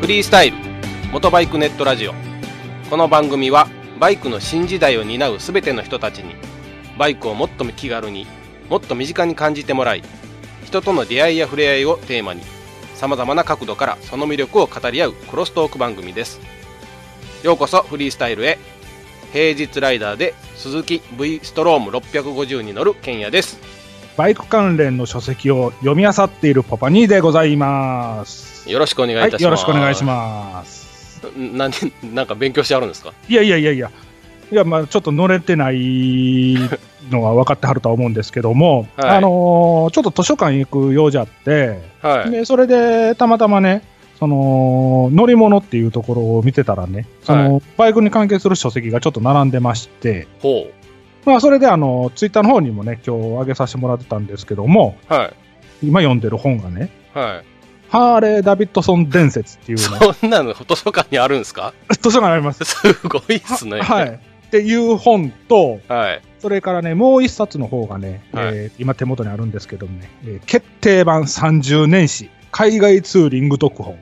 フリースタイル元バイクネットラジオこの番組はバイクの新時代を担うすべての人たちにバイクをもっと気軽にもっと身近に感じてもらい人との出会いや触れ合いをテーマにさまざまな角度からその魅力を語り合うクロストーク番組ですようこそフリースタイルへ平日ライダーで鈴木 V ストローム650に乗る賢也ですバイク関連の書籍を読み漁っているパパニーでございます。よろしくお願いいたします、はい、よろしくお願いします。なんでなん か勉強してあるんですかいやいやいやいや、いや、まあちょっと乗れてないのは分かってはるとは思うんですけども、はいあのーちょっと図書館行く用じゃって、はいでそれでたまたまね、その乗り物っていうところを見てたらね、そのバイクに関係する書籍がちょっと並んでまして、ほまあ、それであのツイッターの方にもね、今日上げさせてもらってたんですけども、うは今読んでる本がね、いはいハーレー・ダビッドソン伝説っていうの、そんなの図書館にあるんですか 図書館あります。すごいっすね。はい。っていう本と、はい。それからね、もう一冊の方がね、はいえー今手元にあるんですけどもね、えー決定版30年史、海外ツーリング 特本。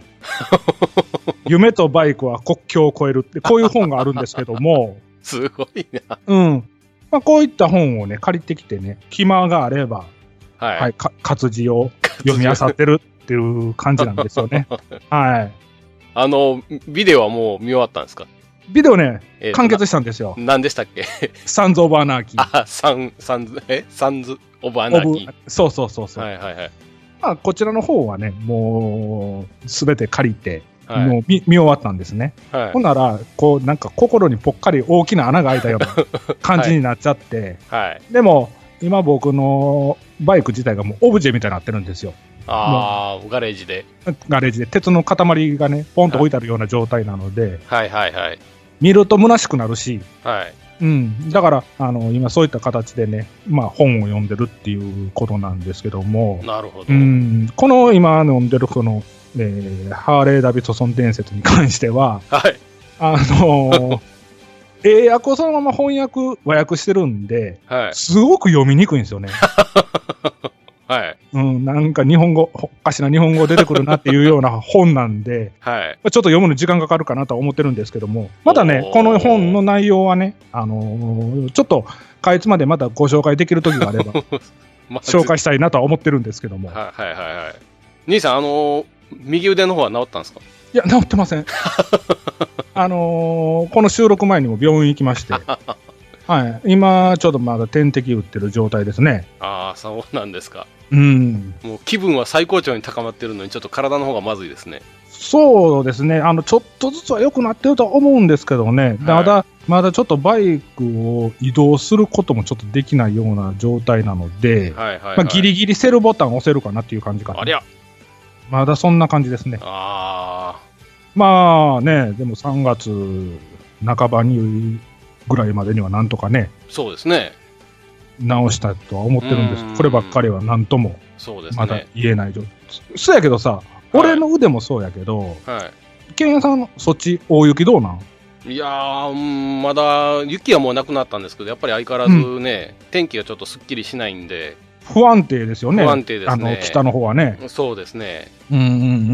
夢とバイクは国境を越えるって、こういう本があるんですけど も、すごいな。うん。まあ、こういった本をね、借りてきてね、暇があれば、はい。はい、か活字を読み漁ってるっていう感じなんですよ ね。はい。あの、ビデオはもう見終わったんですか、ビデオね、えー完結したんですよ。な何でしたっけサンズ・オブ・アナーキー。あ、サン、サンズ、えサンズ・オブ・アナーキオブそうそうそうー。そう、はいはいはい。まあ、こちらの方はねもうすべて借りて、はい。もう見見終わったんですね、はいほんならこうなんか心にぽっかり大きな穴が開いた ような感じになっちゃって、はい。でも今僕のバイク自体がもうオブジェみたいになってるんですよああ、ガレージで。ガレージで鉄の塊がねポンと置いてあるような状態なので、はいはいはい。見ると虚しくなるしはい。うん、だからあの今そういった形でね、まあ、本を読んでるっていうことなんですけども、なるほど。うん、この今飲んでるこの、えーハーレー・ダビッドソン伝説に関しては、はい。あ のー英訳をそのまま翻訳、和訳してるんで、はい。すごく読みにくいんですよね。はい。うん、なんか日本語、おかしな日本語出てくるなっていうような 本なんで、はい。ちょっと読むの時間かかるかなとは思ってるんですけども、まだねおー、この本の内容はね、あのーちょっと、かいつまでまだご紹介できる時が あれば、まず紹介したいなとは思ってるんですけども。はいはいはいはい。兄さん、あのー右腕の方は治ったんですかいや、治ってません。 あのーこの収録前にも病院行きま して、はい、今、ちょっとまだ点滴打ってる状態ですね。ああ、そうなんですか。うん、もう気分は最高潮に高まってるのに、ちょっと体の方がまずいですね。そうですね、あのちょっとずつは良くなってるとは思うんですけどね、まだ、まだちょっとバイクを移動することもちょっとできないような状態なので、はいはい、はい。まあ、ギリギリセルボタン押せるかなっていう感じかあなり。ゃ。まだそんな感じですね。あまあね、でも3月半ばにぐらいまでにはなんとかね、あ、そうですね。直したとは思ってるんですうんこればっかりは何ともそうですね。まだ言えない状態、そそうやけどさ、俺の腕もそうやけどは健也さんそっち大雪どうなんい。いやー、うんまだ雪はもうなくなったんですけど、やっぱり相変わらずね、天気がちょっとすっきりしないんで、不安定ですよね不安定ですねあの北の方はねそうですね。うんうんう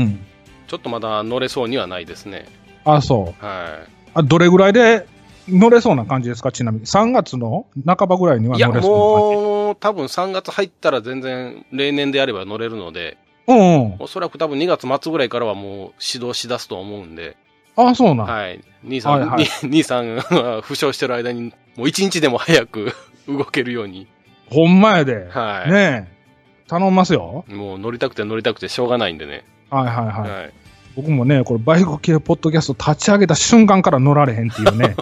んちょっとまだ乗れそうにはないですね。あそうは。あどれぐらいで乗れそうな感じですかちなみに3月の半ばぐらいにはいいや、乗れそうもう、多分3月入ったら全然、例年であれば乗れるので、な感じうんうんおそらく多分2月末ぐらいからはもう指導しだすと思うんで、あそうなん、はい。兄さん、はいはいに 兄さんが負傷してる間に、もう一日でも早く 動けるように、ほんまやで、はい。ねえ頼んますよもう乗りたくて乗りたくてしょうがないんでね。はいはいはい、はい。僕もね、これバイク系ポッドキャスト立ち上げた瞬間から乗られへんっていう ね、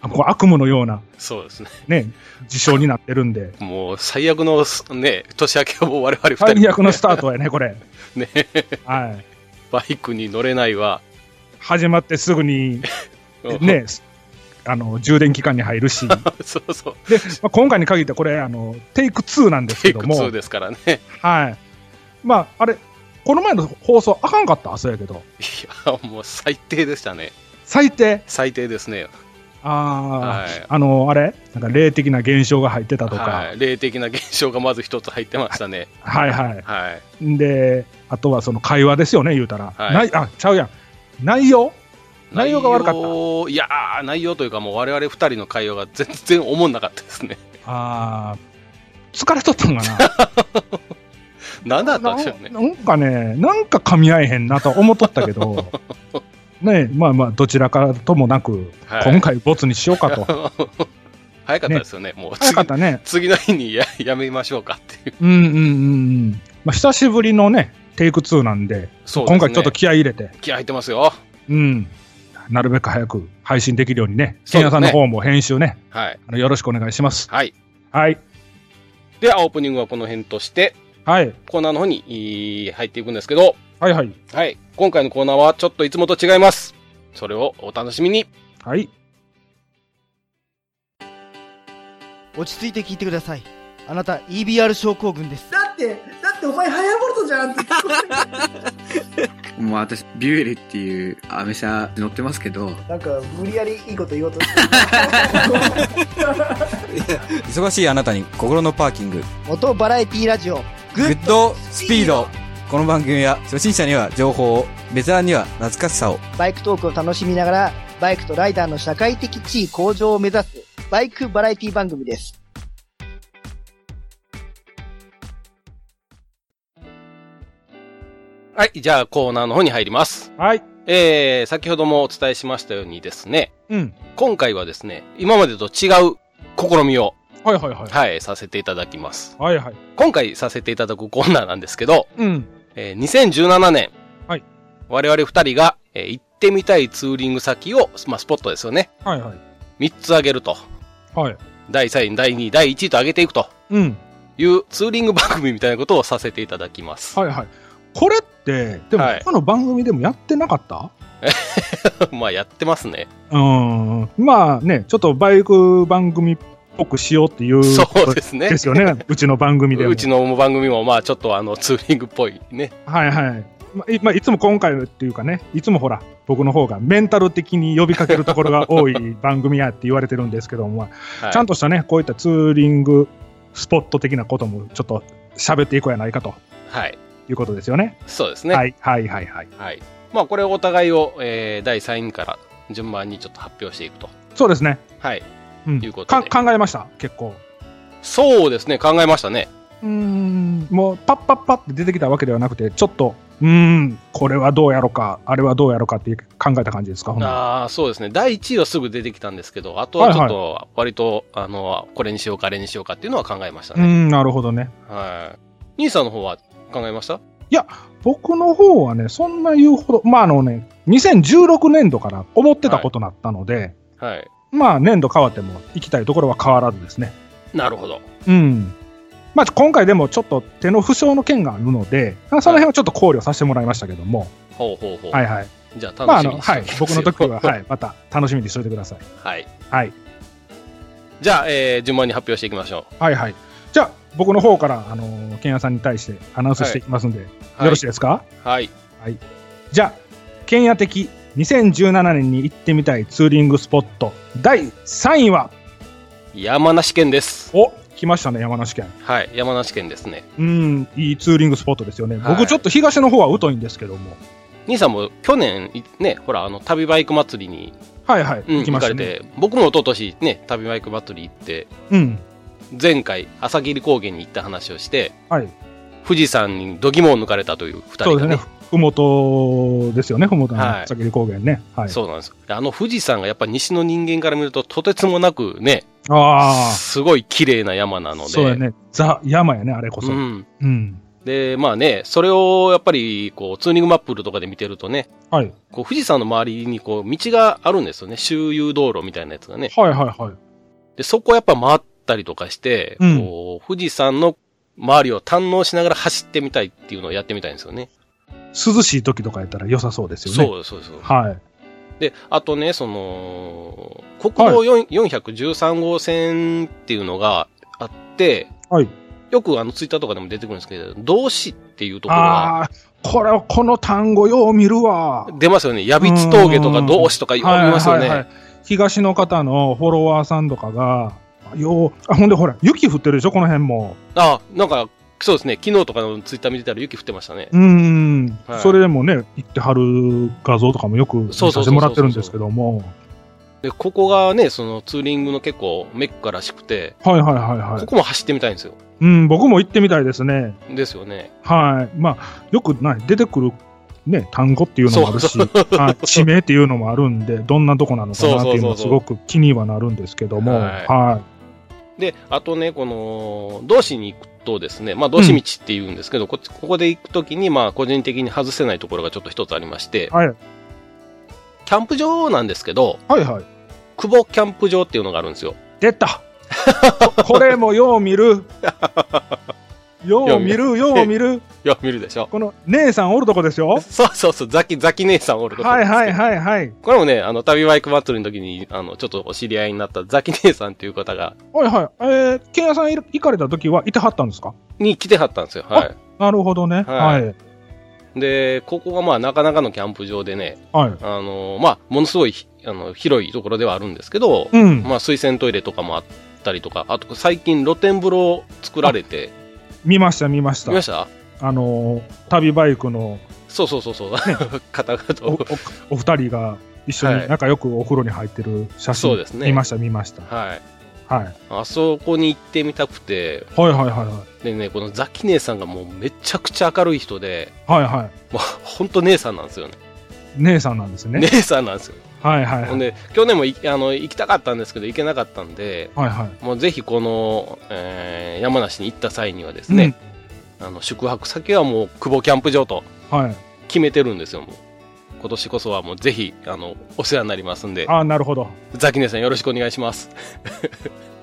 あこう悪夢のような、そうですね。ね、事象になってるんで、もう最悪のすね、年明けを我々二人、最悪のスタートやね、これ。 ね、はい。バイクに乗れないわ。始まってすぐに、ね、あの、充電期間に入るし、で、ま そうそう。あ、今回に限ってこれ、あの、テイク2なんですテけイどクも、 2ですからね。はい。まあ、あれ、この前の放送あかんかったそうやけど、いや、もう最低でしたね。最低。最低ですね。ああ、はいあの、あれなんか霊的な現象が入ってたとか、はい。霊的な現象がまず一つ入ってましたね。はいはい。はい。で、あとはその会話ですよね、言うたら。はいないあちゃうやん。内容内容が悪かったったいやー内容というかもう我々二人の会話が全然おもんなかったですね あー疲れとったんかな何だったんでしょうなねなんかねなんか噛み合えへんなとは思っとったけ どねまあまあどちらからともなく、はい今回ボツにしようかと 早かったですよねもう早次かったね次の日にややめましょうかっていううんうんうんうんまあ久しぶりのねテイク2なんでそうですね今回ちょっと気合い入れて気合入ってますようんなるべく早く配信できるようにね、そうですねけんやさんの方も編集ね、はいあのよろしくお願いします。はいはい。ではオープニングはこの辺としてはい。コーナーの方にいー入っていくんですけどはいはい。はい今回のコーナーはちょっといつもと違いますそれをお楽しみにはい。落ち着いて聞いてくださいあなた EBR 症候群ですだって、だってお前ハヤボルトじゃんって。もう私、ビュエルっていうアメ車乗ってますけど、なんか、無理やりいいこと言おうとして忙しいあなたに心のパーキング 元バラエティラジオググッッドスピードこの番組は初心者には情報をベテランには懐かしさをバイクトークを楽しみながらバイクとライダーの社会的地位向上を目指すバイクバラエティ番組ですはいじゃあコーナーの方に入りますはい。えー、先ほどもお伝えしましたようにですねうん。今回はですね今までと違う試みをはいはいはい。はいさせていただきますはいはい。今回させていただくコーナーなんですけどうん。えー2017年、はい我々2人が、えー行ってみたいツーリング先を、まあ、スポットですよねはいはい。 3つ挙げるとはい。第3位第2位第1位と上げていくとうん。いうツーリング番組みたいなことをさせていただきます、はいはい。これって、でもはい他の番組でもやってなかった、 まあやってますねうーん。まあね、ちょっとバイク番組っぽくしようっていうそうです ねですよね。うちの番組でも。うちの番組もまあちょっとあのツーリングっぽいねはいはい。まあいまあ、いつも今回っていうかね、いつもほら、僕の方がメンタル的に呼びかけるところが多い番組やって言われてるんですけども、まあはいちゃんとしたね、こういったツーリングスポット的なこともちょっと喋っていこうやないかとはいいうことですよね。そうですねは、はいいはいはいはい。まあこれお互いを、えー第3位から順番にちょっと発表していくとそうですね。はいうん、ということでか考えました、結構。そうですね考えましたねうーん、もうパッパッパって出てきたわけではなくて、ちょっと、うーん、これはどうやろか、あれはどうやろかって考えた感じですか、ほんならああ、そうですね。第1位はすぐ出てきたんですけど、あとはちょっと、割と、あの、これにしようか、あれにしようかっていうのは考えましたうーね。ん、なるほどね。はい。兄さんの方は考えました僕の方はね、そんな言うほど、まああのね、2016年度から思ってたことなったので、はい。まあ年度変わっても行きたいところは変わらずですね。なるほど。うん。まあ今回でもちょっと手の負傷の件があるので、その辺はちょっと考慮させてもらいましたけども、ほうほうほう。はいはい。じゃあ、まあ楽あしみの、に。はい、僕の時は、はいい、また楽しみにしといてください。 はい。はい。じゃあ、えー順番に発表していきましょはいはい。じゃあ、僕の方から、あのー、ケンヤさんに対してアナウンスしていきますんで、う。よろしいい。ですか、はい。じゃあ、ケンヤ的2017年に行ってみたいツーリングスポット第3位は、山梨県です。お来ましたね、山梨県。はい。山梨県ですね。うん、いいツーリングスポットですよね。はい僕、ちょっと東の方は疎いんですけども。兄さんも去年、いね、ほら、あの、旅バイク祭りに、はいはい、うん、行き行かましたれね。て、僕も一昨年ね、旅バイク祭り行って、うん。前回、朝霧高原に行った話をして、はい。富士山に度肝を抜かれたという2そ人うがですねね。ふもとですよね、ふもとのはい朝霧高原ね。はい。そうなんですあの富士山がやっぱ西の人間から見るととてつもなくねあすごい綺麗な山なあ、のでそうやね。ザ・山やね、あれこそ。ううん。ん、でまあねそれをやっぱりこうツーリングマップルとかで見てるとねはい。こう富士山の周りにこう道があるんですよね周遊道路みたいなやつがねはいはいはい。でそこをやっぱ回ったりとかして、うんこう富士山の周りを堪能しながら走ってみたいっていうのをやってみたいんですよね涼しい時とかやったら良さそうですよね。そうそうそうはい。で、あとね、その、国道4 413号線っていうのがあって、はいよくあのツイッターとかでも出てくるんですけど、動詞っていうところがああ、これ、この単語よう見るわ。出ますよね。やびつ峠とか動詞とかよく見ますよはいはいはいね。東の方のフォロワーさんとかが、よう、あほんでほら、雪降ってるでしょ、この辺も。あ、なんかそうですね、昨日とかのツイッター見てたら雪降ってましたね。うーん、はいそれでもね、行ってはる画像とかもよく見そうさそうそうそせうてもらってるんですけども、で、ここがね、そのツーリングの結構メッカらしくて、はいはいはいはいこ。こも走ってみたいんですよ。うん、僕も行ってみたいですね。ですよね。はい。まあ、よくない、出てくる、ね、単語っていうのもあるし、そう はい、地名っていうのもあるんで、どんなとこなのかなっていうのそうそうそうはそうすごく気にはなるんですけども、はいはで、あとね、この、道市に行くとですね、まあ、道市道って言うんですけど、こっち、ここで行くときに、まあ、個人的に外せないところがちょっと一つありまして、はいキャンプ場なんですけど、い。はいはい。久保キャンプ場っていうのがあるんですよ。出たこ れもよう見る。よう見る、よう見る。いや、見るでしょ。この姉さんおるとこですよ。そうそうそう、ザキ、ザキ姉さんおるとこはいはいい。はいはい。これもね、あの、旅バイク祭りの時に、あの、ちょっとお知り合いになったザキ姉さんっていう方が、はいはい。えー、ケンヤさんいる行かれた時はいてはったんですかに来てはったんですよ。はなるほどね。ははいい。い。で、ここがまあ、なかなかのキャンプ場でね、はい。あの、まあ、ものすごいひ、あの、広いところではあるんですけど、うん。まあ、水洗トイレとかもあったりとか、あと、最近露天風呂作られて、見ました見ました見ま。したあのー、旅バイクのそうそうそうそう、 方々おおと。お二人が一緒はいに仲良くお風呂に入ってる写そう真ですね見ました見ました。はい。はい。あそこに行ってみたくて、はいはいはいはでね、このザキ姉さんがもうめちゃくちゃ明るい人で、い。はいはい。もうほんと姉さんなんですよね。姉さんなんですね。姉さんなんですよ。はいはいほんはい。で、去年もいあの行きたかったんですけど、行けなかったんで、はいはい。もうぜひこの、えー山梨に行った際にはですね、あの宿泊先はもう久保キャンプ場とうん。はい。決めてるんですよ、もう。今年こそはもうぜひ、あの、お世話になりますんで、ああ、なるほど。ザキ姉さんよろしくお願いします。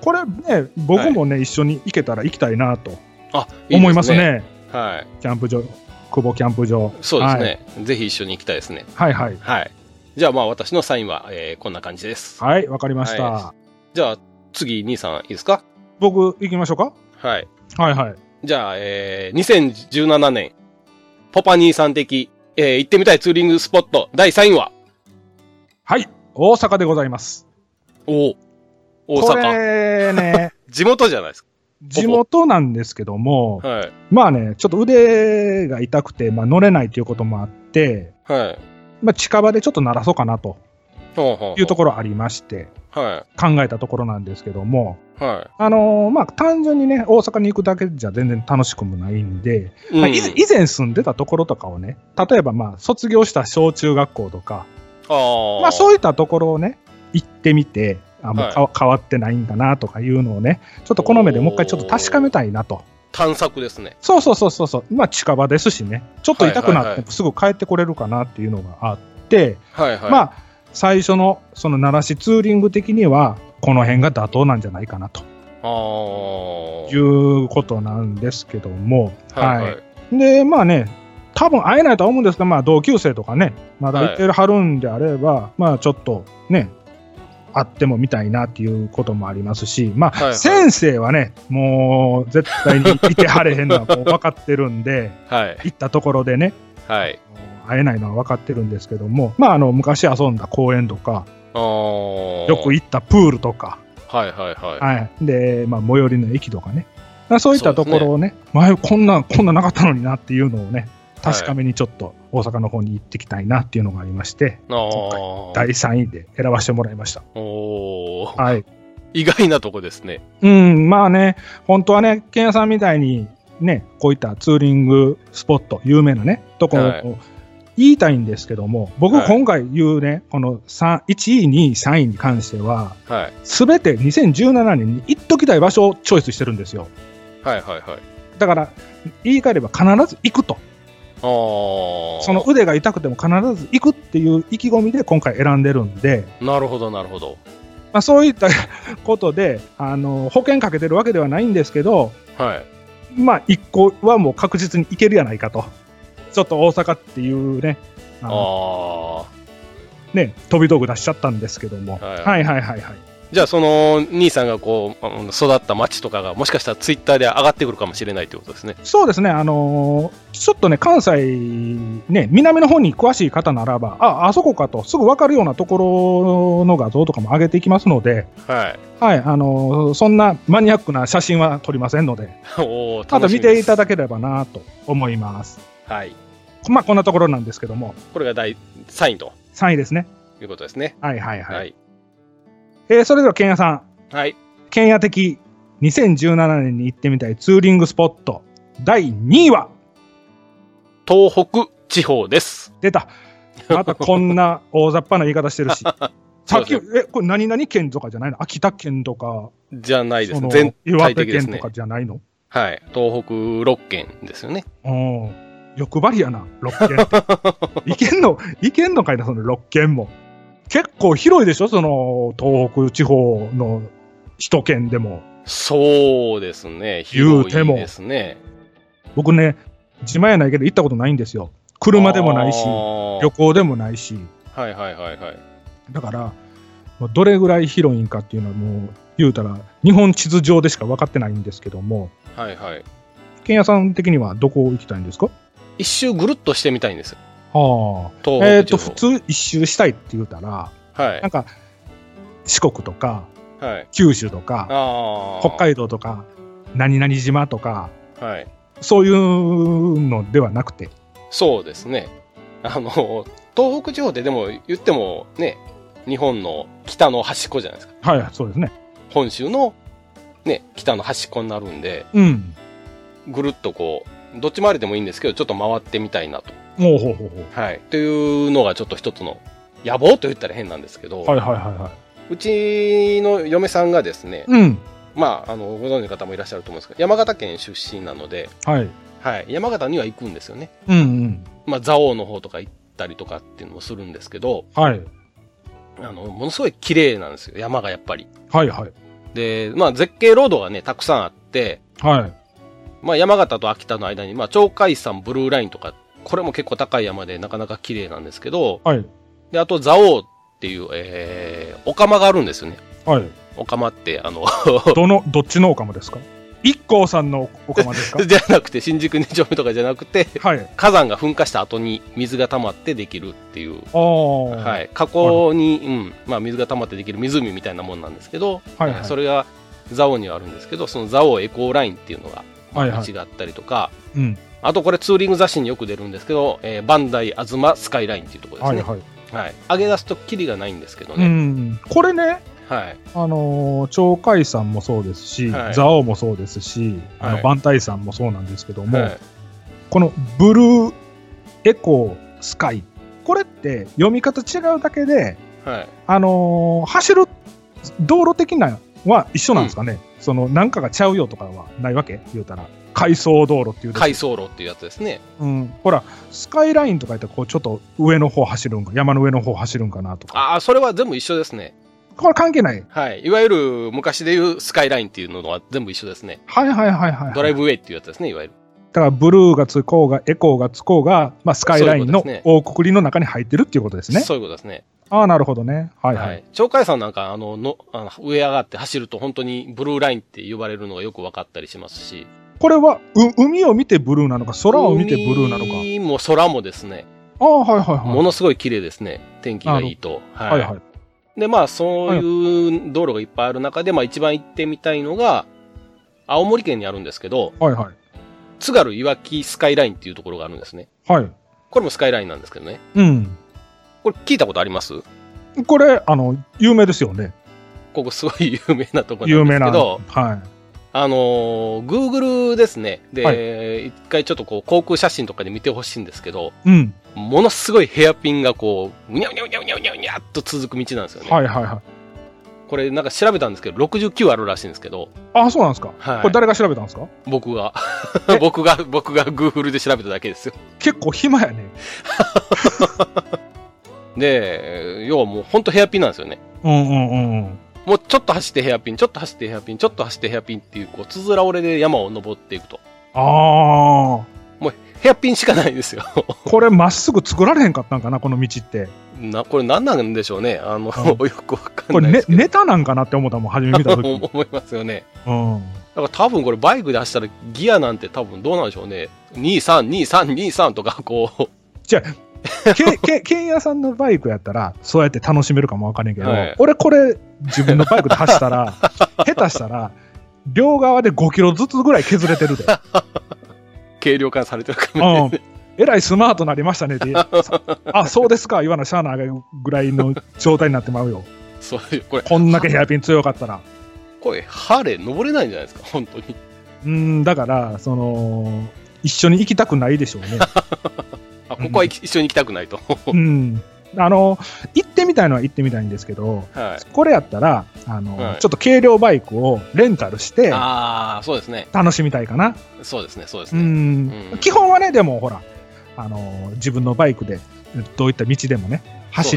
これね、僕もね、一緒に行けたら行きたいなとあ、で思いますね。。はい。キャンプ場、久保キャンプ場。そうですね、ぜひ一緒に行きたいですね。はい。はいはい。はい。じゃあまあ私のサインは、えーこんな感じです。はい、わかりました。はじゃあ次、兄さんいいですか僕、行きましょうか。はい。はいはい。じゃあ、えー、2017年、ポパ兄さん的、えー行ってみたいツーリングスポット第3位は、はい、大阪でございます。お大こ阪。れね、地元じゃないです地元なんですけどもか。、はい。まあね、ちょっと腕が痛くて、まあ、乗れないということもあって、はい。まあ、近場でちょっと鳴らそうかなとほうほいうとこころありまして、は考えたところなんですけども、い。はあのーまあ、単純にね、大阪に行くだけじゃ全然楽しくもないんで、い。うんまあ以前以前住んでたところとかをね、例えばまあ卒業した小中学校とか、ああ。まあ、そういういったところをね、行ってみて、あもうかわ変わってないんだなとかいうのをね、ちょっとこの目でもう一回ちょっと確かめたいなと。探索ですね。そうそうそうそうそう、まあ近場ですしね、ちょっと痛くはいなっはいはてすぐ帰ってこれるかなっていうのがあって、はいはい。まあ最初のその奈良市ツーリング的には、この辺が妥当なんじゃないかなとああ。いうことなんですけども、はいはい。で、まあね、多分会えないとは思うんですが、まあ、同級生とかね、まだ行ってるはるんであれば、まあちょっとね、会ってもみたいなっていうこともありますし、まあ、はいはい先生はね、もう絶対にいてはれへんのはもう分かってるんで、はい。行ったところでね、はい。会えないのは分かってるんですけども、まあ、あの昔遊んだ公園とか、ああ。よく行ったプールとか、はいはいはい。はい、で、まあ、最寄りの駅とかね、まあそういったところをね、前、こんな、こんななかったのになっていうのをね、確かめにちょっと大阪の方に行ってきたいなっていうのがありまして、ああ。第3位で選ばせてもらいました。おお。はい。意外なとこですね。うん、まあね、本当はね、ケンヤさんみたいに、ね、こういったツーリングスポット、有名なね、ところを、はい言いたいんですけども、僕はい今回言うね、この三1位、2位、3位に関しては、はい。すべて2017年に行っときたい場所をチョイスしてるんですよ。はいはいはい。だから、言い換えれば必ず行くと。ああ。その腕が痛くても必ず行くっていう意気込みで今回選んでるんで、なるほどなるほど。まあ、そういったことで、あの、保険かけてるわけではないんですけど、はい。まあ、一個はもう確実に行けるやないかと。ちょっと大阪っていうね、あのあね、飛び道具出しちゃったんですけども。はいはいはいはいはい。じゃあその兄さんがこうあの育った町とかがもしかしたらツイッターで上がってくるかもしれないということですね。そうですね、あのーちょっとね、関西、ね、南の方に詳しい方ならば、あ、あそこかと、すぐ分かるようなところの画像とかも上げていきますので、はい。はい、あのーそんなマニアックな写真は撮りませんので、 おーあと楽し見みですていただければなと思います。はい。まあ、こんなところなんですけども、これが第3位と3位ですね。いうことですね。はいはいはい。はい。えーそれでは、けんやさん、はい。けんや的2017年に行ってみたいツーリングスポット、第2位は、東北地方です。出た。またこんな大雑把な言い方してるし。さっき、そえ、これ何々県とかじゃないの秋田県とか、じゃないですね。その全岩体手的で県すとねか。じゃないのはい。東北6県ですよね。うん。欲張りやな、6 県って。いけんの、いけんのかいな、その6県も。結構広いでしょその、東北地方の首都圏でも。そうですね。言う広ていもですね。僕ね、自前やないけど行ったことないんですよ。車でもないしあ、ー旅行でもないし。はいはいはいはい。だから、まあどれぐらい広いんかっていうのはもう、言うたら、日本地図上でしか分かってないんですけども、はいはい。ケンヤさん的にはどこ行きたいんですか一周ぐるっとしてみたいんですよ。はあ。東え北っ、地と、方。普通一周したいって言うたら、はいなん。か、四国とか、はい。九州とあか、あ。北海道とか、何々島とか、はい。そういうのではなくて、そうですね。あの、東北地方ってでも言ってもね、日本の北の端っこじゃないですか。はい、そうですね。本州のね、北の端っこになるんで、うん。ぐるっとこう、どっち回りでもいいんですけど、ちょっと回ってみたいなと。もうほうほうほう。はい。というのがちょっと一つの野望と言ったら変なんですけど、はいはいはいはうちの嫁さんがですね、い。うん。まあ、あの、ご存知の方もいらっしゃると思うんですけど、山形県出身なので、はい。はい。山形には行くんですよね。うんうん。まあ、蔵王の方とか行ったりとかっていうのもするんですけど、はい。あの、ものすごい綺麗なんですよ、山がやっぱり。はいはい。で、まあ絶景ロードがね、たくさんあって、はい。まあ山形と秋田の間に、まあ鳥海山ブルーラインとか、これも結構高い山でなかなか綺麗なんですけど、はい。で、あと蔵王っていう、えー、オカマがあるんですよね。 はい。オカマって、あの、どの、どっちのお釜ですか一光さんのお釜です かじゃなくて、新宿2丁目とかじゃなくて、はい。火山が噴火した後に水が溜まってできるっていう、ああ。はい、火口に、うん、まあ水が溜まってできる湖みたいなもんなんですけど、はいはいそれが蔵王にはあるんですけど、その蔵王エコーラインっていうのが、はいはい。道があったりとか、うん。あとこれツーリング雑誌によく出るんですけど、えーバンダイ東スカイラインっていうところですはいね。はい。はい上げ出すとキリがないんですけどうね。ん。これね、はい。あのー、鳥海山もそうですし、はい蔵王もそうですし、あはの、い万体山もそうなんですけども、はいこのブルーエコースカイ、これって読み方違うだけで、はい。あのー走る道路的なのは一緒なんですかね、その、なんかがちゃうよとかはないわけ言うたら。回送道路っていうでしょ回送路っていうやつですね。うん、ほら、スカイラインとか言ったら、こう、ちょっと上の方走るんか、山の上の方走るんかなとか。ああ、それは全部一緒ですね。これ関係ない。はい。いわゆる昔でいうスカイラインっていうのは全部一緒ですね。はいはいはいはい。ドライブ。ブウェイっていうやつですね、いわゆる。だから、ブルーがつこうが、エコーがつこうが、まあ、スカイラインのそういうこ大くくりの中に入ってるっていうことですね。そういうことですね。ああ、なるほどね。はいはい。はい。鳥海山なんか、あの、の、あの上上がって走ると本当にブルーラインって呼ばれるのがよく分かったりしますし。これは、う海を見てブルーなのか、空を見てブルーなのか。海も空もですね、ああ、はいはいはい。ものすごい綺麗ですね。天気がいいと。はいはい。で、まあ、そういう道路がいっぱいある中で、まあ、一番行ってみたいのが、青森県にあるんですけど、はいはい。津軽いわきスカイラインっていうところがあるんですね。はい。これもスカイラインなんですけどね。うん。これ聞いたことありますこれ、あの、有名ですよね。ここすごい有名なところ有なんで名すな。けど、はあのー、Google ですね。で、は一回ちょっとこう、航空写真とかで見てほしいんですけど、い。うん。ものすごいヘアピンがこう、うにゃうにゃうにゃうにゃうにゃうにゃっと続く道なんですよね。はいはいはい。これなんか調べたんですけど、69あるらしいんですけど、ああ、そうなんですか。はいこれ誰が調べたんですか僕が え、僕が、僕が Google で調べただけですよ。結構暇やね。で、要はもうほんとヘアピンなんですよね。うんうんうんうん。もうちょっと走ってヘアピン、ちょっと走ってヘアピン、ちょっと走ってヘアピンっていう、こう、つづら折れで山を登っていくと。ああ、ヘアピンしかないんですよ。 これまっすぐ作られへんかったんかな、この道って。な、これ何なんでしょうね。あの、う よくわかこんなれいでねす、けど。ネタなんかなって思ったもん、初め 見 たとき。うん。思いますよね。だから多分これバイクで走ったらギアなんて多分どうなんでしょうね。23、23、23とかこじゃあ、け、け、けんやさんのバイクやったら、そうやって楽しめるかもわかんないけど、はい俺これ、自分のバイクで走っ たら、下手したら、両側で5キロずつぐらい削れてるで。う、 軽量化されてるかも。うん。えらいスマートなりましたねって。さあ、そうですか、言わなしゃあないぐらいの状態になってまうよ。そういう、これ、こんだけヘアピン強かったら。これ、ハーレー登れないんじゃないですか、本当に。うん、だから、その、一緒に行きたくないでし ょうね。あ、ここは行き一緒に行きたくないと。うん。あの、行ってみたいのは行ってみたいんですけど、はい。これやったら、あの、はいちょっと軽量バイクをレンタルして、 ああ、そうですね。楽しみたいかな。そうですね、そうですうね。ん。うん基本はね、でもほら、あの、自分のバイクで、どういった道でもね、走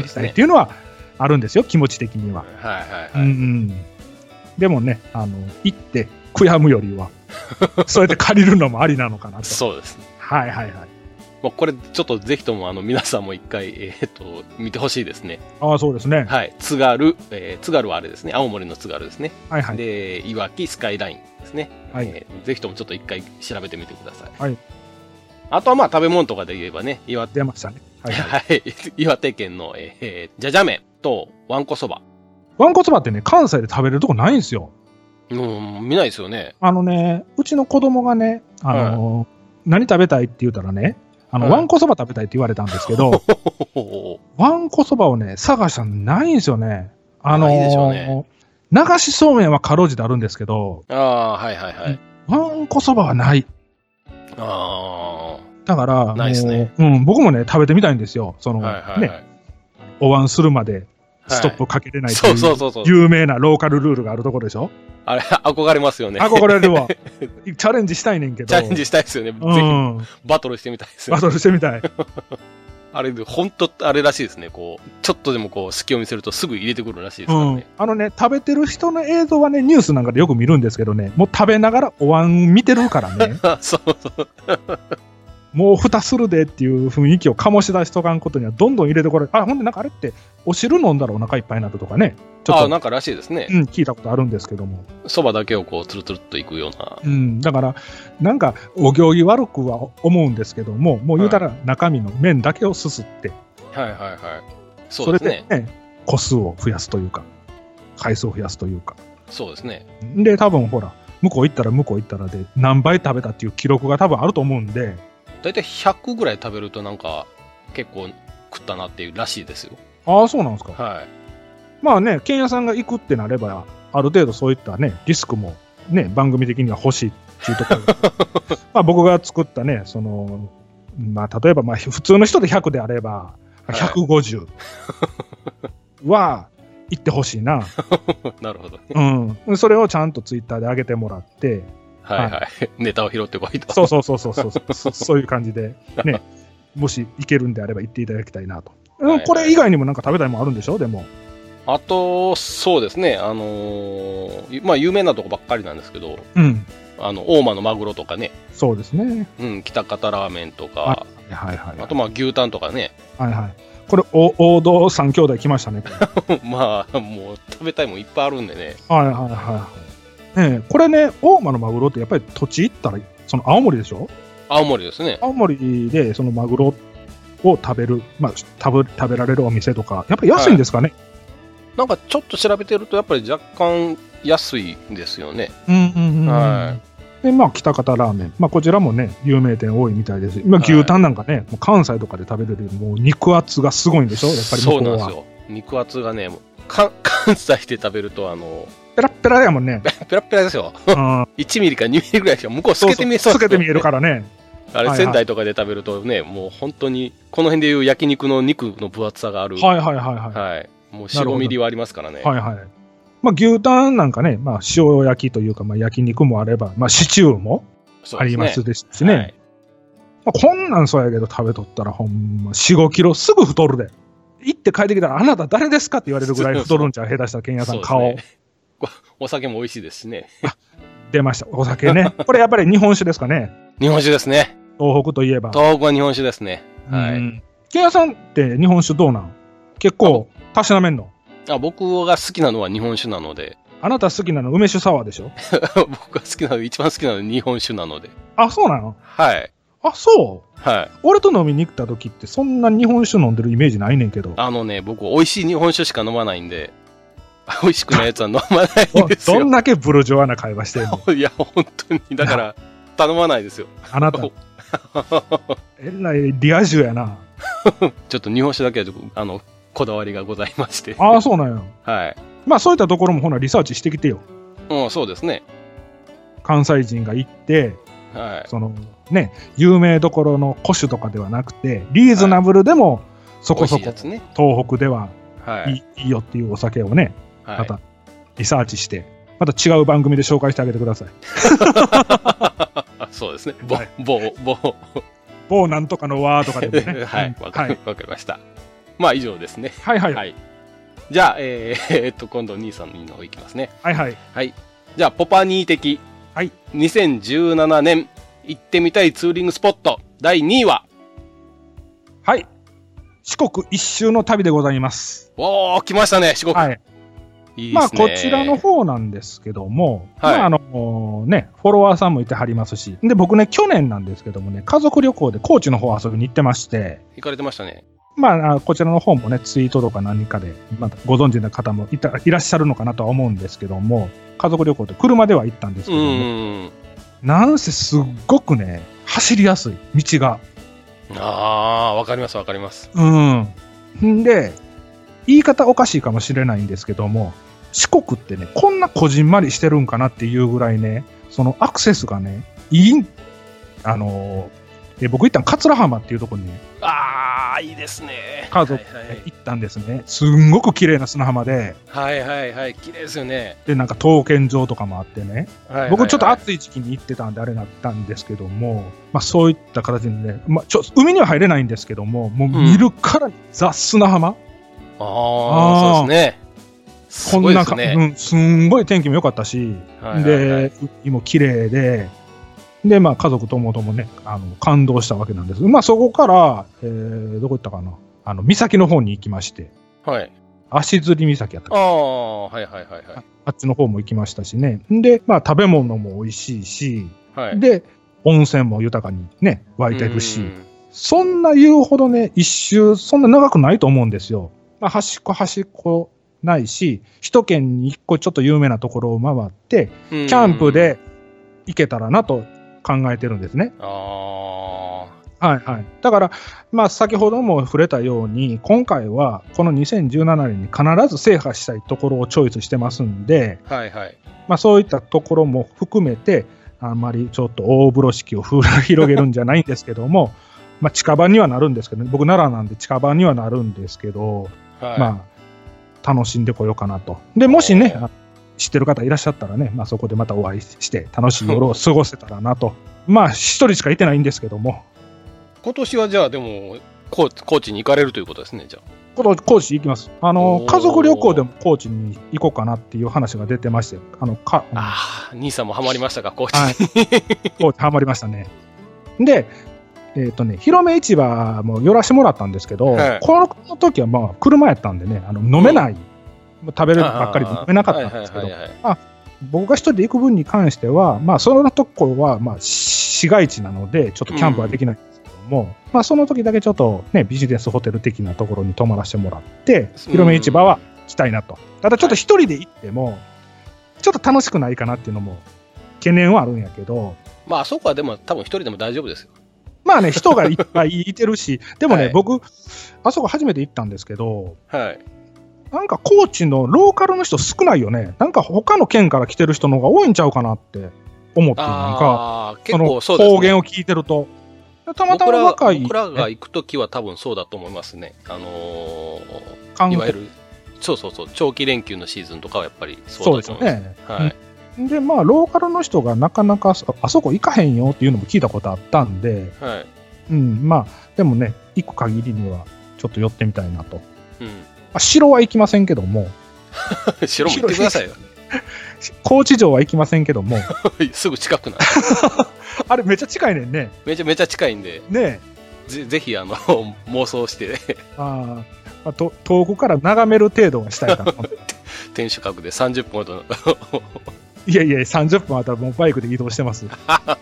そりうですたねいっていうのはあるんですよ、気持ち的には。はいはいうはんうい。ん。でもね、あの、行って悔やむ よりは、そうやって借りるのもありなのかなと。そうですね。はいはいはい。まあ、これ、ちょっとぜひとも、あの、皆さんも一回、えーっと、見てほしいですね。ああ、そうですね。はい。津軽、えー津軽はあれですね。青森の津軽ですね。はいはい。で、いわきスカイラインですね。はいえーぜひともちょっと一回調べてみてください。はいあとはまあ食べ物とかで言えばね、岩手、出ましたね。はいはい。 はい、 岩手県の、えーえーじゃじゃ麺とわんこそば。わんこそばってね、関西で食べれるとこないんですよ。うん、見ないですよね。あのね、うちの子供がね、あの何食べたいって言ったらね、あの、はいわんこそば食べたいって言われたんです けど、わんこそばをね、探したのないんですよね。あのーないでしょうね流しそうめんはかろうじてあるんですけど、ああ、はいはいはい。わんこそばはない。あだから、ないですねもううん、僕もね、食べてみたいんですよ。そあ、の、はいはいはい。ね、お椀するまでストッはプかけれないい。っそていうう、そうそうそう。有名なローカルルールがあるところでしょ。あれ、憧れますよね。憧れ るわ。チャレンジしたいねんけど。チャレンジしたいですよね。ぜうひん。バトルしてみたいですよバね。トルしてみ たい。あれ、ほんと、あれらしいですね。こう、ちょっとでもこう、隙を見せるとすぐ入れてくるらしいですうからんね。、、あのね、食べてる人の映像はね、ニュースなんかでよく見るんですけどね、もう食べながらお椀見てるからね あそうそう。もう蓋するでっていう雰囲気を醸し出しとかんことには、どんどん入れてこれ、あ、ほんで、なんかあれって、お汁飲んだらお腹いっぱいになるとかね、ちょあっなと、んからしいですね。うん、聞いたことあるんですけども、そばだけをこう、つるつるっといくような。うん、だから、なんか、お行儀悪くは思うんですけども、もう言うたら、中身の麺だけをすすって、はいはいはい。そうですね。れでね、個数を増やすというか、回数を増やすというか。そうですね。で、多分ほら、向こう行ったら向こう行ったらで、何倍食べたっていう記録が多分あると思うんで、だいたい100ぐらい食べるとなんか、結構食ったなっていうらしいですよ。ああ、そうなんですか。はい。まあね、剣屋さんが行くってなれば、ある程度そういったね、リスクも、ね、番組的には欲しいっていうと ころがまあ僕が作ったね、その、まあ例えば、まあ普通の人で100であれば、い150は行ってほし いな。 なるほどね。うん。それをちゃんとツイッターで上げてもらって、はいはい。ネタを拾ってこいと。そうそうそうそうそうそうそそういう感じで、ね、もし行けるんであれば行っていただきたいなと。うんはいはいこれ以外にもなんか食べたいもんあるんでしょでも。あと、そうですね。あのーゆまあ、有名なとこばっかりなんですけど、うん。あの、大間のマグロとかね、そうですね。うん、北方ラーメンとはか、いはいはい。あとまあ、牛タンとかね、 はいはい。これ、お王道三兄弟来ましたね。これまあ、もう食べたいもんいっぱいあるんでね。はいはいはいはい。ねえこれね、大間のマグロってやっぱり土地行ったら、その青森でしょ青森ですね。青森でそのマグロを食べる、まあ、食べ食べられるお店とか、やっぱり安いんですかね。なんかちょっと調べてると、やっぱり若干安いんですよね。うんうんうんはで、まあ、北方ラーメン。まあ、こちらもね、有名店多いみたいです。まあ、牛タンなんかね、もう関西とかで食べるよりも、肉厚がすごいんでしょやっぱりそ向こうなんうですは。よ。肉厚がね、もうか 関西で食べると、あの、ペラッペラや もんね。ペラッペラですよ。うん。 1ミリか2ミリぐらいしか向こう透そうけそてう見えそう透けて見えるかからね。 あれ、はいはい仙台とかで食べるとね、もう本当に、この辺でいう焼肉の肉の分厚さがある。はいはいはいはい。はい。もうなるほ4どミリはありますからね。はいはい。まあ、牛タンなんかね、まあ、塩焼きというか、まあ、焼肉もあれば、まあ、シチューもそうですねありますですしね。はいまあ、こんなんそうやけど食べとったらほんま4、5キロすぐ太るで。行って帰ってきたら、あなた誰ですかって言われるぐらい太るんちゃう下手したら、けんやさん、そう顔、ですね お酒も美味しいですしね。出ました。お 酒ね。これやっぱり日本酒ですかね。日本酒ですね。東北といえば。東北は日本酒ですね。はうい。ん。けんやさんって日本酒どうなん結構、たしなめんの。あ僕が好きなのは日本酒なので、 あなた好きなの梅酒サワーでしょ僕が好きなの、一番好きなのは日本酒なので。あ、そうなのはい。あ、そうはい。俺と飲みに行った時ってそんな日本酒飲んでるイメージないねんけど。あのね、僕、美味しい日本酒しか飲まないんで、 美味しくないやつは飲まないんおです どよん。だけブルジョアな会話してん のいや、本当に。だから、頼まないですよ。あなた。えらいリア充やな。ちょっと日本酒だけはちょっと、あの、こだわりがございまして。ああ、そうなんや。はい。まあそういったところもほなリサーチしてきてよ。うん、そうですね。関西人が行って、はい。そのね、有名どころの古酒とかではなくて、リーズナブルでもそこそ美こ味しいやつね。東北でははいい。い,、い、いよっていうお酒をね、はまい。たリサーチして、また違う番組で紹介してあげてください。あ そうですね。ぼはい、ぼ、ぼ、某なんとかのわーとかでも ね。はい。うんわはかいり、わかりました。まあ、以上ですね。はいはい。ははいい。じゃあ、えーえーっと、今度、兄さんの方いきますね。はい。じゃあ、ポパニー的。はい。 2017年、行ってみたいツーリングスポット、第2位は、はい。四国一周の旅でございます。おー、来ましたね、四国。はい。い、いでまあ、すね。こちらの方なんですけども、はいまあ、あの、ね、フォロワーさんもいてはりますし、で、僕ね、去年なんですけどもね、家族旅行で高知の方遊びに行ってまして、行かれてましたね。まあ、あこちらの方もね、ツイートとか何かで、まだご存知の方もいたいらっしゃるのかなとは思うんですけども、家族旅行で車では行ったんですけうども、ん。なんせすっごくね、走りやすい、道が。あー、わかります、わかります。うん。んで、言い方おかしいかもしれないんですけども、四国ってね、こんなこじんまりしてるんかなっていうぐらいね、そのアクセスがね、いいん、あのーえ僕行ったの桂浜っていうところにね、あー、いいですね。家族はいはい行ったんですね。すんごく綺麗な砂浜で、はいはいはい、綺麗ですよね。で、なんか刀剣場とかもあってね、はいはいはい僕ちょっと暑い時期に行ってたんであれだったんですけども、まあそういった形でね、まあちょ、海には入れないんですけども、もう見るからにザ砂浜、あー、そうですね。すこごんいでなすか、ね。うん、すんごい天気も良かったし、はいはいはいで、海も綺麗で、で、まあ、家族ともともね、あの、感動したわけなんです。まあ、そこから、えー、どこ行ったかな、あの、岬の方に行きまして、はい。足摺岬やったああ、っけはいはいはいはあっちの方も行きましたしね。で、まあ、食べ物も美味しいし、い。はい、で、温泉も豊かにね、湧いてるし、うんそんな言うほどね、一周、そんな長くないと思うんですよ。まあ、端っこ端っこないし、首都圏に一個ちょっと有名なところを回って、キキャンプ。で行けたらなと考えてるんですね。あはいはい。だから、まあ、先ほども触れたように、今回はこの2017年に必ず制覇したいところをチョイスしてますんで、あ、はいはい。まあ、そういったところも含めて、あまりちょっと大風呂敷をふら広げるんじゃないんですけども、 まあ、近場にはなるんですけどね、僕、奈良なんで近場にはなるんですけど、はい、まあ、楽しんでこようかなと。で、もしねお、ーあ知ってる方いらっしゃったらね、まあ、そこでまたお会いして、楽しい夜を過ごせたらなと。まあ、一人しかいてないんですけども、今年はじゃあでも、高知高知に行かれるということですね、じゃこと高知行きます。あのお、ー家族旅行でも高知に行こうかなっていう話が出てまして、あの、か、あ。ああ、兄さんもハマりましたか、高知に。はい。 こうハマりましたね。で、えっ、とね、広め市場も寄らしてもらったんですけど、はいこのこの時はまあ車やったんでね、あの飲めない、食べるばっかりで飲めなかったんですけどはい、はいはいはい僕が一人で行く分に関しては、まあ、そのとこはまあ市街地なので、ちょっとキャンプはできないんですけども、まあ、その時だけちょっと、ね、ビジネスホテル的なところに泊まらせてもらって、広め市場は行きたいなと。ただ、ちょっと一人で行っても、ちょっと楽しくないかなっていうのも、懸念はあるんやけど、まあ、あそこはでも、多分一人でも大丈夫ですよ。ま あね、人がいっぱいいてるし、でもね、はい僕、あそこ初めて行ったんですけど、はい。なんか高知のローカルの人少ないよね。なんか他の県から来てる人の方が多いんちゃうかなって思って、なんか、ああ、結そ構のそうですね。方言を聞いてると。たまたま若い、僕ら僕らがね行くときは多分そうだと思いますね。あの観ー、いわゆ光る、そうそうそう、長期連休のシーズンとかはやっぱりそそううだですと思よいます。ね。はい。で、まあ、ローカルの人がなかなかああそこ行かへんよっていうのも聞いたことあったんで、はい。うん、まあ、でもね、行く限りにはちょっと寄ってみたいなと。うあ城は行きませんけども、ん。 白も行ってくださいよ。高知城は行きませんけども、 すぐ近くなんで。あれめっちゃ近いねんね。 めちゃめちゃ近いんで、ねえ。ぜぜひあの妄想して、あーまあ、と遠くから眺める程度にしたいかな。天守閣で30分ほどのいやいや、30分あったらもうバイクで移動してます。ま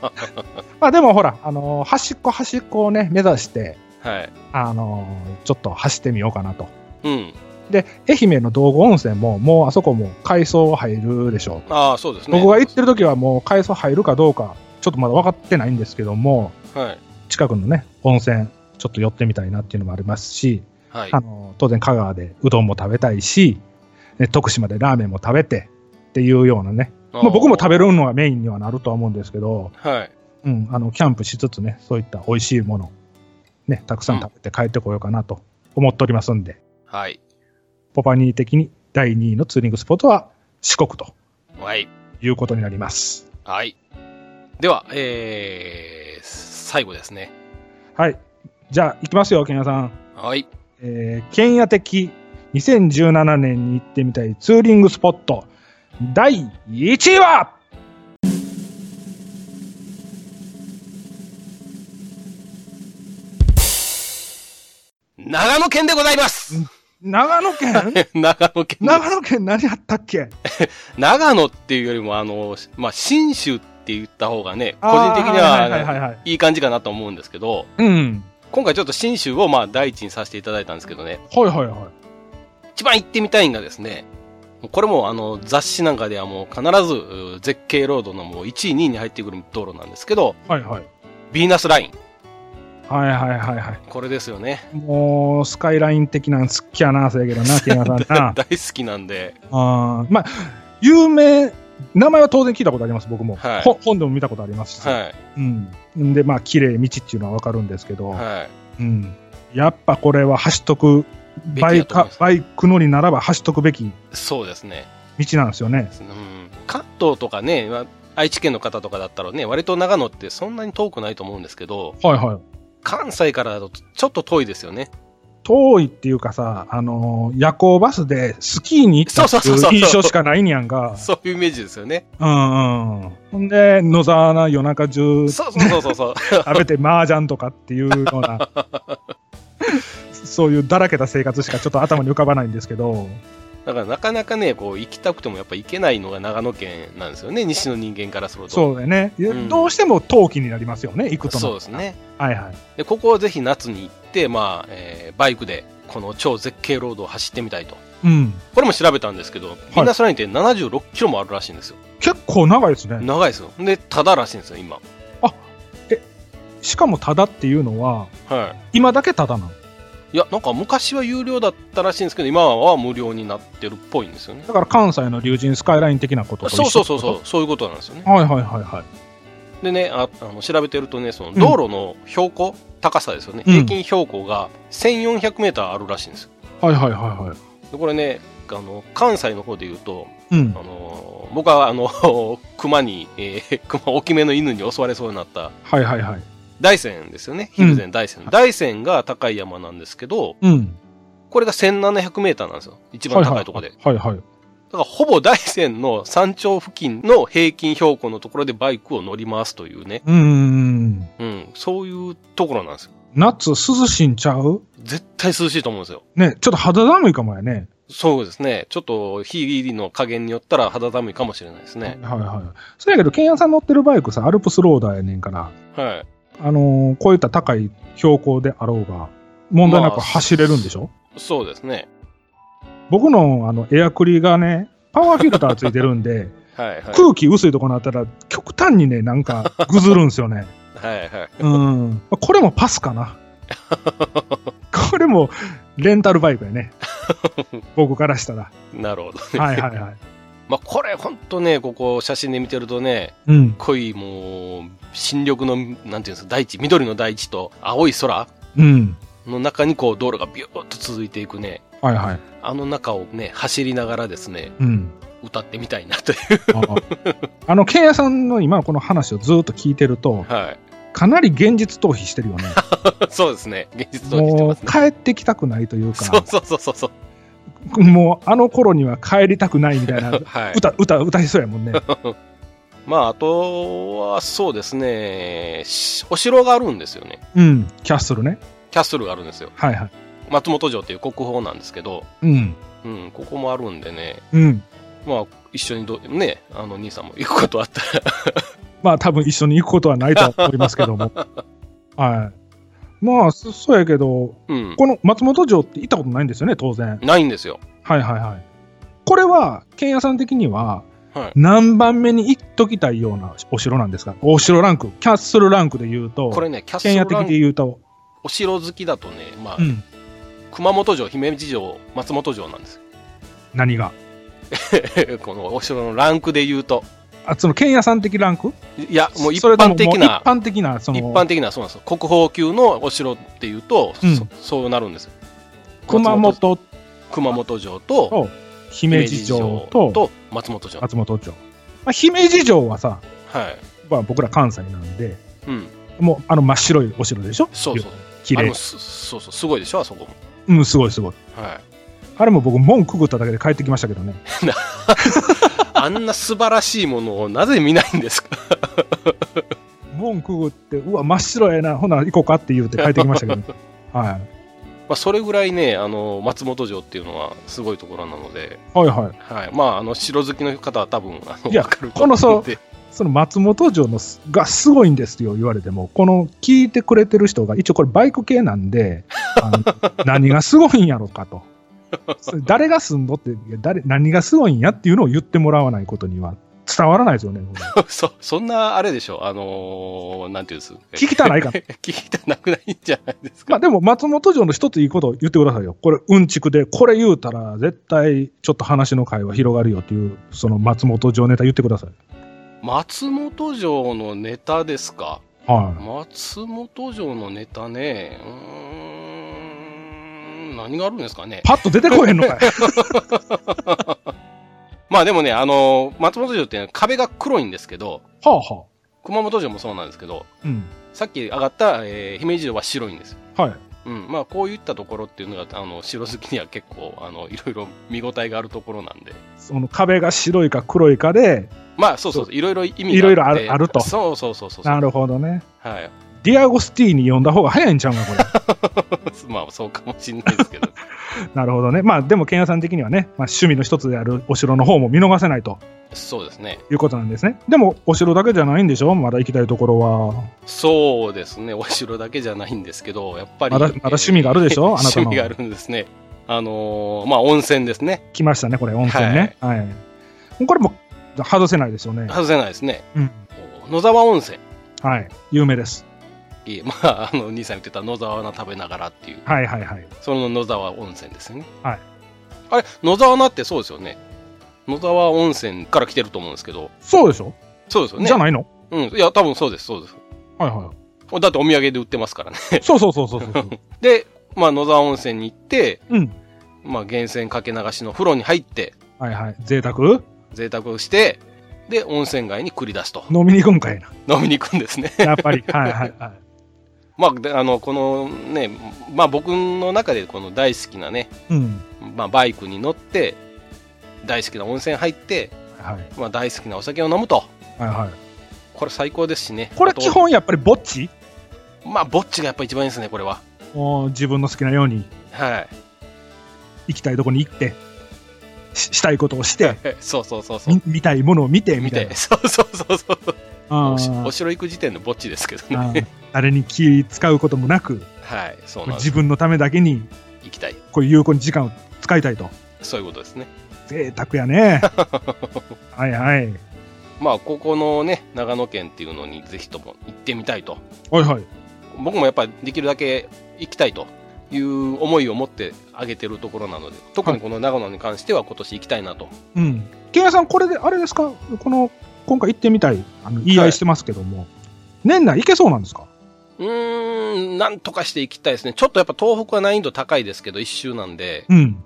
あでもほら、あのー端っこ端っこをね、目指して、はいあのーちょっと走ってみようかなと。うんで、愛媛の道後温泉も、もうあそこも海藻入るでしょああそうですう。ね僕が行ってる時はもう海藻入るかどうか、ちょっとまだ分かってないんですけども、はい近くのね、温泉、ちょっと寄ってみたいなっていうのもありますし、はいあの当然香川でうどんも食べたいし、ね徳島でラーメンも食べてっていうようなね、まあ、僕も食べるるのがメインにはなるとは思うんですけど、はいうん、あのキャンプしつつね、そういった美味しいもの、ね、たくさん食べて帰ってこようかなと思っておりますんで、はいポパニー的に第2位のツーリングスポットは四国とはいいうことになります。はいではえー、最後ですねはい。じゃあ、行きますよ、ケンヤさん。はいえー、ケンヤ的2017年に行ってみたいツーリングスポット、第1位は長野県でございます 長野県長野県です長野県何あったっけ長野っていうよりも、あの、まあ、信州って言った方がね、 個人的にあーはいは、はいはいはい。いい感じかなと思うんですけど、うん。今回ちょっと信州をまあ、第一にさせていただいたんですけどね、はいはいはい。一番行ってみたいんがですね、もうこれもあの、雑誌なんかではもう必ずう、絶景ロードのもう1位、2位に入ってくる道路なんですけど、はいはい。ヴィーナスライン。はいはいはいはこれですよね。い。もう、スカイライン的なん好きやな、せやけどな、ケン ヤさんな大。好きなんで、あーまあ、有名、名前は当然聞いたことあります、僕も。はいほ本でも見たことありますし。はい、うん。で、まあ、綺麗道っていうのはわかるんですけど、はい。うん。やっぱこれは走っとく、バイべきだと思いカますバイク乗りならば走っとくべきそうですね。道なんですよね。うん、関東とかね、まあ愛知県の方とかだったらね、割と長野ってそんなに遠くないと思うんですけど、はいはい。関西からだとちょっと遠いですよね。遠いっていうかさ、あのー夜行バスでスキーに行ったってそうそうそうそういう印象しかないんやんか。そういうイメージですよね。うんうん。ほんで、野沢菜夜中中食そうそうそうそう そう。べて麻雀とかっていうような、そういうだらけた生活しかちょっと頭に浮かばないんですけど、だからなかなかね、こう行きたくてもやっぱ行けないのが長野県なんですよね、西の人間からすると。そうだよね。うんどうしても陶器になりますよね、行くとそうの。ですね。はいはい。で、ここをぜひ夏に行って、まあ、えーバイクでこの超絶景ロードを走ってみたいと。うん。これも調べたんですけど、ヴィーナスラインって76キロもあるらしいんですよ。結構長いですね。長いですよ。で、ただらしいんですよ、今。しかもタダっていうのは、はい。今だけタダなの。いや、なんか昔は有料だったらしいんですけど、今は無料になってるっぽいんですよね。だから関西の竜神スカイライン的なことと一緒そうそうそうそう、そういうことなんですよね。はいはいはいはい。でね、ああの調べてるとね、その道路の標高、高さですよね、うん平均標高が1400メーターあるらしいんですよ。はいはいはいはい。でこれね、あの関西の方で言うと、うんあ。の僕はあの 熊に、えー 熊大きめの犬に襲われそうになったはいはいはい。大山ですよね、蒜山大山、大山が高い山なんですけど、うん。これが1700メーターなんですよ、一番高いところで。はいはい。だからほぼ大山の山頂付近の平均標高のところでバイクを乗り回すというね、うーん。うん、そういうところなんですよ。夏涼しいんちゃう絶対涼しいと思うんですよ。ね、ちょっと肌寒いかもやね。そうですね。ちょっと火の加減によったら肌寒いかもしれないですね。はいはい。そやけど、ケンヤさん乗ってるバイクさ、アルプスローダーやねんから、はい。あのーこういった高い標高であろうが、問題なくまあ走れるんでしょ、そうですね。僕のあのエアクリがね、パワーフィルターついてるんで、はいはい。空気薄いとこになったら、極端にね、な んかぐずるんですよね。はいはい。うん。これもパス かな。これもレンタルバイク やね。僕からしたら。なるほどね。はいはいはい。まあこれほんとね、ここ写真で見てるとね、うん。濃いもう、新緑の、なんていうんですか、大地、緑の大地と青い空うん。の中にこう道路がビューッと続いていくね、はいはい。あの中をね、走りながらですね、うん。歌ってみたいなという。 ああの、ケンヤさんの今のこの話をずっと聞いてると、はい。かなり現実逃避してるよね。 そうですね。現実逃避してもまうすね。帰ってきたくないというそかう、そうそうそうそう。もうあの頃には帰りたくないみたい なはい。歌、歌、歌いそうや もんね。まあ、あとは、そうですね。しお城があるんですよね。うん。キャッスルね。キャッスルがあるんですよ。はいはい。松本城という国宝なんですけど、うん。うん、ここもあるんでね、うん。まあ、一緒にど、ね、あの、兄さんも行くことあったら、 まあ多分一緒に行くことはないとは思いますけ ども。はい。まあ、そそうやけど、うん、この松本城って行ったことないんですよね、当然。ないんですよ。はいはいはい。これは、剣屋さん的には、はい何番目に行っときたいようなお城なんですかお城ランク、キャッスルランクで言うと、これね、キャッス剣屋ル的ランで言うと、お城好きだとね、まあ、うん、熊本城、姫路城、松本城なんです 何がよ。このお城のランクで言うと。あその剣屋さん的ランクいや、もう一それとも般的もうな一、般的な、その、一般的な、そうなんですよ。国宝級のお城っていうと、うんそそうなるんですよ。熊松本、熊本城と、姫路城と、と松本城。松本城。まあ、姫路城はさ、はい。まあ、僕ら関西なんで、うん。もうあの真っ白いお城でしょそうそう。綺あ麗の。すそうそう。すごいでしょ、あそこも。うん、すごいすごい。はい。あれも僕、門くぐっただけで帰ってきましたけどね。あんな素晴らしいものをなぜ見ないんですか門くぐって、うわ、真っ白やな、ほな、行こうかって言うて帰ってきまし たけど、はまあそれぐらいね、あの、松本城っていうのはすごいところなので、い。はいはい。はい。まあ、あの、城好きの方は多分、あの、いやわかるとこのそう思でその松本城のすがすごいんですよ、言われても、この聞いてくれてる人が、一応これバイク系な んで、あの何がすごいんやろかと。それ誰が住んどって、いや誰何がすごいんやっていうのを言ってもらわないことには伝わらないです よね。僕そ、そんな、あれでしょ、あのーなんていうんです聞きたないかな。 聞きたなくないんじゃないですまか。あでも松本城の一ついいことを言ってくださいよ。これ、うんちくで、これ言うたら絶対ちょっと話の会は広がるよっていう、その松本城ネタ言ってください。松本城のネタですか。はい。松本城のネタね、うーん、何があるんですかね。パッと出てこへん のかい。まあでもね、あのー松本城ってね壁が黒いんですけど、はあは熊本城もそうなんですけど、あ。うん。さっき上がった、えー姫路城は白いんですよ。はい。うん、まあこういったところっていうのが、あの、城好きには結構、あの、いろいろ見応えがあるところなんで。その壁が白いか黒いかで、まあそうそうそう、いろいろ意味があっていろいろあるあるとそうそうそうそうそう。なるほどね。はい。 ディアゴスティーニ呼んだ方が早いんちゃうんか、こ れ。まあそうかもしんないですけど。 なるほどね。まあ、でも、ケンヤさん的にはね、まあ、趣味の一つであるお城の方も見逃せないとそうですね。いうことなんですね。でも、お城だけじゃないんでしょまだ行きたいところは。そうですね。お城だけじゃないんですけど、やっぱり。まだまだ趣味があるでし ょあなたの趣味があるんですね。あのーまあ温泉ですね。来ましたね、これ、温泉ね。はい。これも、外せないですよね。外せないですね。うん。野沢温泉。はい。有名です。いいまあ、あの、兄さん言ってた野沢菜食べながらっていう、はいはいはい。その野沢温泉ですよね。はい。あれ、野沢菜ってそうですよね。野沢温泉から来てると思うんですけど、そうでしょ、そうですよね。じゃいないのうん。いや、多分そうです、そうです。はいはい。だってお土産で売ってますからね。そうそうそうそうそう。 で、まあ、野沢温泉に行って、うん。まあ、源泉かけ流しの風呂に入って、はいはい。贅沢贅沢をして、で、温泉街に繰り出すと。飲みに行くんかいな。飲みに行くんですね。 やっぱり。はいはいはい。まあ、であの、このね、まあ僕の中でこの大好きなね、うん。まあバイクに乗って、大好きな温泉入って、はいまあ大好きなお酒を飲むと。はいはい。これ最高ですしね。これあと基本やっぱりぼっちまあ、ぼっちがやっぱ一番いいですね、これは。もう自分の好きなようにはい。行きたいとこに行ってししたいことをしてえそうそうそうそうみ。見たいものを見てみ見たいなて。 そうそうそうそう。あおしおー城行く時点のぼっちですけどね。あー誰に気使うこともなくはい。そうなんです自。分のためだけに行きたい。こういう有効に時間を使いたいとそういうことですね。贅沢 やねはいはいまあ、ここのね、長野県っていうのにぜひとも行ってみたいと。はいはい僕もやっぱりできるだけ行きたいという思いを持ってあげてるところなので、特にこの長野に関しては今年行きたいなと。うんケンヤさんこれであれですかこの今回行ってみたいあの言い合いしてますけども、年内行けそうなんですかうーん、なんとかして行きたいですね。ちょっとやっぱ東北は難易度高いですけど、一周なんで、うん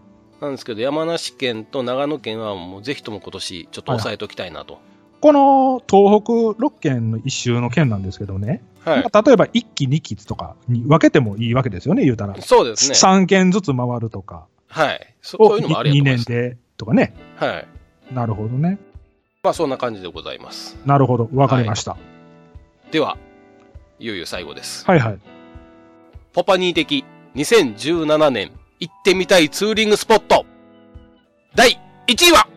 なんですけど、山梨県と長野県はもうぜひとも今年ちょっと抑えておきたいなと。この東北6県の一周の県なんですけどね、はい。まあ例えば1期、2期とかに分けてもいいわけですよね、言うたら。そうですね。 3件ずつ回るとか、はい。そそういうのもありやと2思いま年す。でとかね。はい。なるほどね。まあそんな感じでございます。なるほど、わかりました。では、いよいよ最後です。はいはい。ポパニー的2017年行ってみたいツーリングスポット第1位は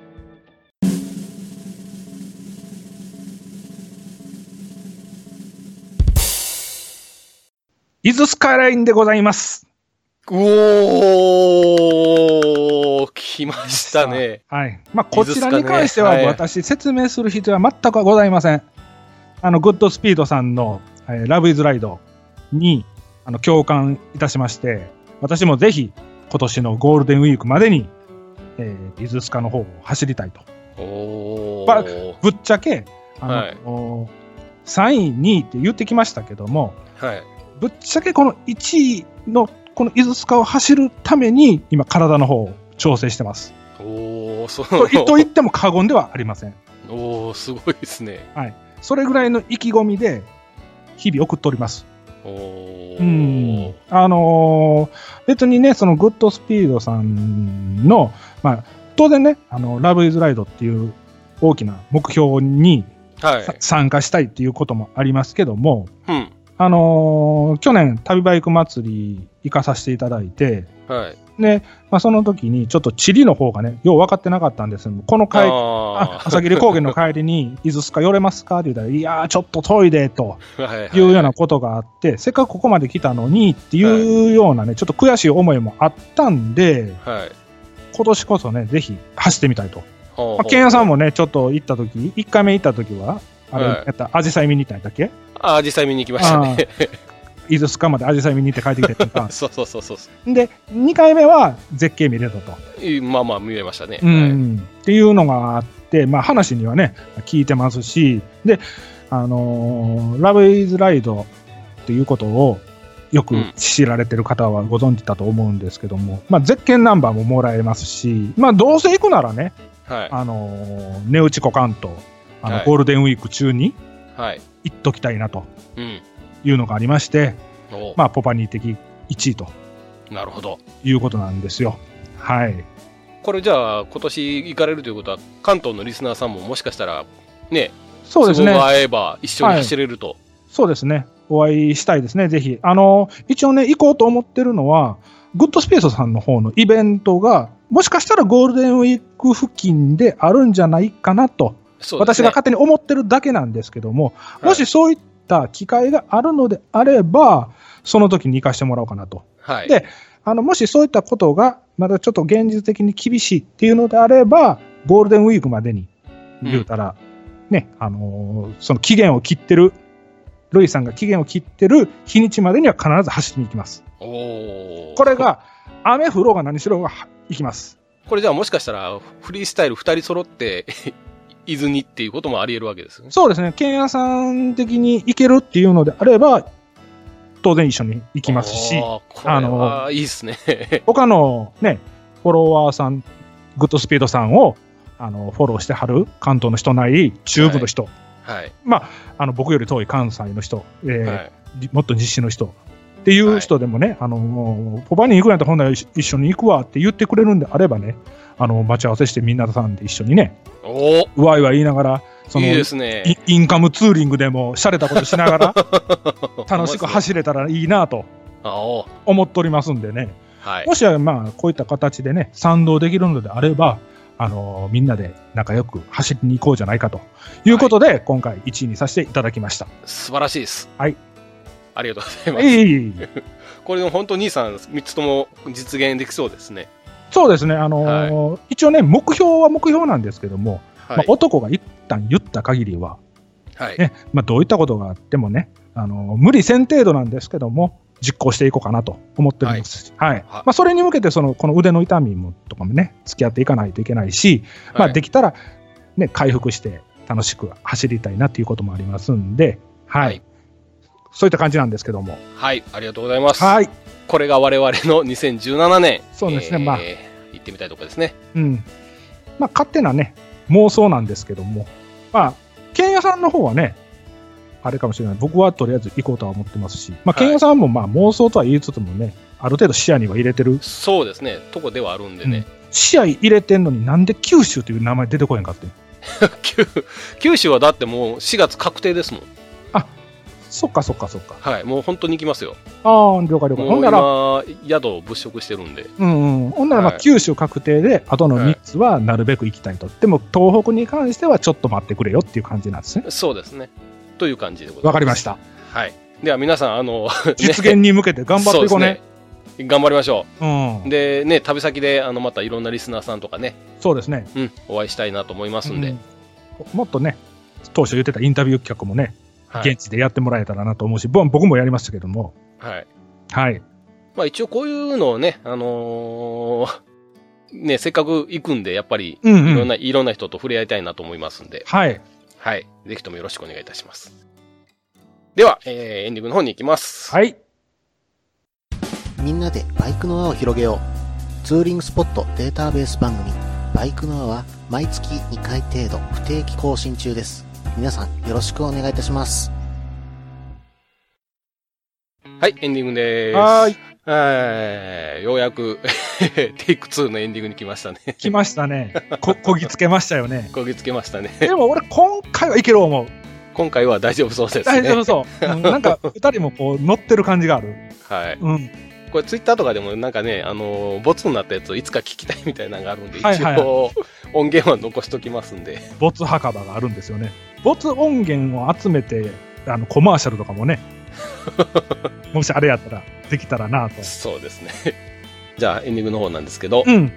伊豆スカイラインでございます。おー来ましたね。はい。まあ、こちらに関していいはですかねはい私、説明する必要は全くございません。あの、グッドスピードさんの、えーラブイズライドに、あの、共感いたしまして、私もぜひ、今年のゴールデンウィークまでに、えー、伊豆スカの方を走りたいと。おまあーぶっちゃけ、あの、はいお3位、2位って言ってきましたけども、はい。ぶっちゃけこの1位の、この伊豆スカを走るために、今、体の方を調整して ます。おーそとのと言っても過言ではありません。おーすごいですね。それぐらいの意気込みで、日々送っております。おーうん。あのー別にね、そのグッドスピードさんの、まあ、当然ね、あの、ラブイズライドっていう大きな目標にはいさ。参加したいっていうこともありますけども、うん。あのー去年、旅バイク祭り行かさせていただいて、はい。で、まあ、その時に、ちょっと地理の方がね、よう分かってなかったんですけどこのあ回ああ朝霧高原の帰りに、伊豆すか寄れますかって言ったら、いやー、ちょっと遠いで、と。ー。はいはい。いうようなことがあって、せっかくここまで来たのにっていうようなね、ちょっと悔しい思いもあったんで、はい。今年こそね、ぜひ走ってみたいと。ほうほうまあ、ケンヤさんもね、ちょっと行った時、1回目行った時は、あれ、はいやった、アジサイ見に行ったんだっけああ、実際見に行きましたね。。伊豆スカまでアジサイ見に行って帰ってきたりとか そうそうそうそう。で、2回目は絶景見れたと。いいまあまあ見えましたね。うはいん、っていうのがあって、まあ、話にはね聞いてますしで、あのーラブイズライド」っていうことをよくうん知られてる方はご存知だと思うんですけども、まあ、絶景ナンバーももらえますし、まあ、どうせ行くならね、はあのー値打ち股関東あの、はいゴールデンウィーク中にい。はい。行っときたいなとうん。いうのがありまして、おまあ、ポパニー的1位となるほど。いうことなんですよ。はい、これじゃあ、今年行かれるということは、関東のリスナーさんももしかしたら、ね、そうですね都合が合えば一緒に走れると。そうですね。お会いしたいですね、ぜひ。あの、一応ね、行こうと思ってるのは、グッドスペースさんの方のイベントが、もしかしたらゴールデンウィーク付近であるんじゃないかなと、そうです私ねが勝手に思ってるだけなんですけども、はいもしそういった機会があるのであれば、その時に行かしてもらおうかなと。はい。であの、もしそういったことが、まだちょっと現実的に厳しいっていうのであれば、ゴールデンウィークまでに、うん言うたら、ね、あのーその期限を切ってる、ルイさんが期限を切ってる日にちまでには必ず走りに行きます。おーこれ。が、雨降ろうが何しろうがは行きます。これじゃあ、もしかしたら、フリースタイル2人揃って、 伊豆にっていうこともあり得るわけですね。そうですね、ケンヤさん的に行けるっていうのであれば、当然一緒に行きますし、あーこれあのは、いいですね。 他のね、フォロワーさん、グッドスピードさんを、あの、フォローしてはる関東の人ない中部の人、はい。まあ、あの僕より遠い関西の人、えーはい。りもっと西の人っていう人でもね、あのもうポパに行くなんて本来一緒に行くわって言ってくれるんであればね、あの待ち合わせしてみんなさんで一緒にね、おーうわいわ言いながら、そのいいですね。イインカムツーリングでも洒落たことしなが ら、楽しく走れたらいいなとあおー思っておりますんでね、はい。もしまあこういった形でね、賛同できるのであれば、あのみんなで仲良く走りに行こうじゃないかということで、今回1位にさせていただきました。素晴らしいです。はい。ありがとうございます。いえいえいえこれでも本当兄さん3つとも実現できそうですね。そうですね、あのー一応ね、目標は目標なんですけども、まはあい。男が一旦言った限りは、はい。ねまあ、どういったことがあってもね、あのー無理せん程度なんですけども、実行していこうかなと思っておりますし、はいはまあ、それに向けてその、この腕の痛みもとかもね、付き合っていかないといけないし、まあ、でききたら、ね、回復して楽しく走りたいなということもありますんで、はいはいそういった感じなんですけども。はい。ありがとうございます。はいこれが我々の2017年。そうですねまあ行ってみたいところですね。うん。まあ、勝手なね、妄想なんですけども、まあ、ケンヤさんの方はね、あれかもしれない。僕はとりあえず行こうとは思ってますし、まあ、はいケンヤさんもまあ妄想とは言いつつもね、ある程度視野には入れてる。そうですね。とこではあるんでね。視野入れてんのになんで九州という名前出 てこへんかって。九九州はだってもう4月確定ですもん。そっかそっかそっか。はい、もう本当に行きますよ。ああ、了解了解。ほもんうなら、今、宿を物色してるんで。うんうん。ほんなら、まあ、はい九州確定で、あとのはい3つはなるべく行きたいと。でも、東北に関してはちょっと待ってくれよっていう感じなんですね。そうですね。という感じでございます。わかりま し。た。はい。では皆さん、あの、ね実現に向けて頑張っていこそううね。。ですね頑張りましょうんう。。で、ね、旅先で、あの、またいろんなリスナーさんとかね、そうですね。うん、お会いしたいなと思いますんで。うんもっとね、当初言ってたインタビュー企画もね、はい。現地でやってもらえたらなと思うし、ぼ僕もやりましたけども、はい。はい。まあ一応こういうのをね、あのーね、せっかく行くんで、やっぱり、うんいうんろんな、いろんな人と触れ合いたいなと思いますんで、はい。はい。ぜひともよろしくお願いいたします。では、えー、エンディングの方に行きます。はい。みんなでバイクの輪を広げよう。ツーリングスポットデータベース番組、バイクの輪は毎月2回程度不定期更新中です。皆さんよろしくお願いいたします。はい、エンディングでーす。はーい。えーようやく、 テイク2のエンディングに来ましたね。来ました ね。こ、こぎつけましたよね。こぎつけましたね。でも俺、今回はいける思う。今回は大丈夫そうですね。大丈夫そう。うんなんか、二人もこう、乗ってる感じがある。はい。うん。これツイッターとかでもなんかね、あのーボツになったやつをいつか聞きたいみたいなのがあるんで、一応、はいはいはい音源は残しときますんで。没墓場があるんですよね。没音源を集めて、あの、コマーシャルと かもね、もしあれやったら、できたらなと。そうですね。 じゃあ、エンディングの方なんですけど、うん。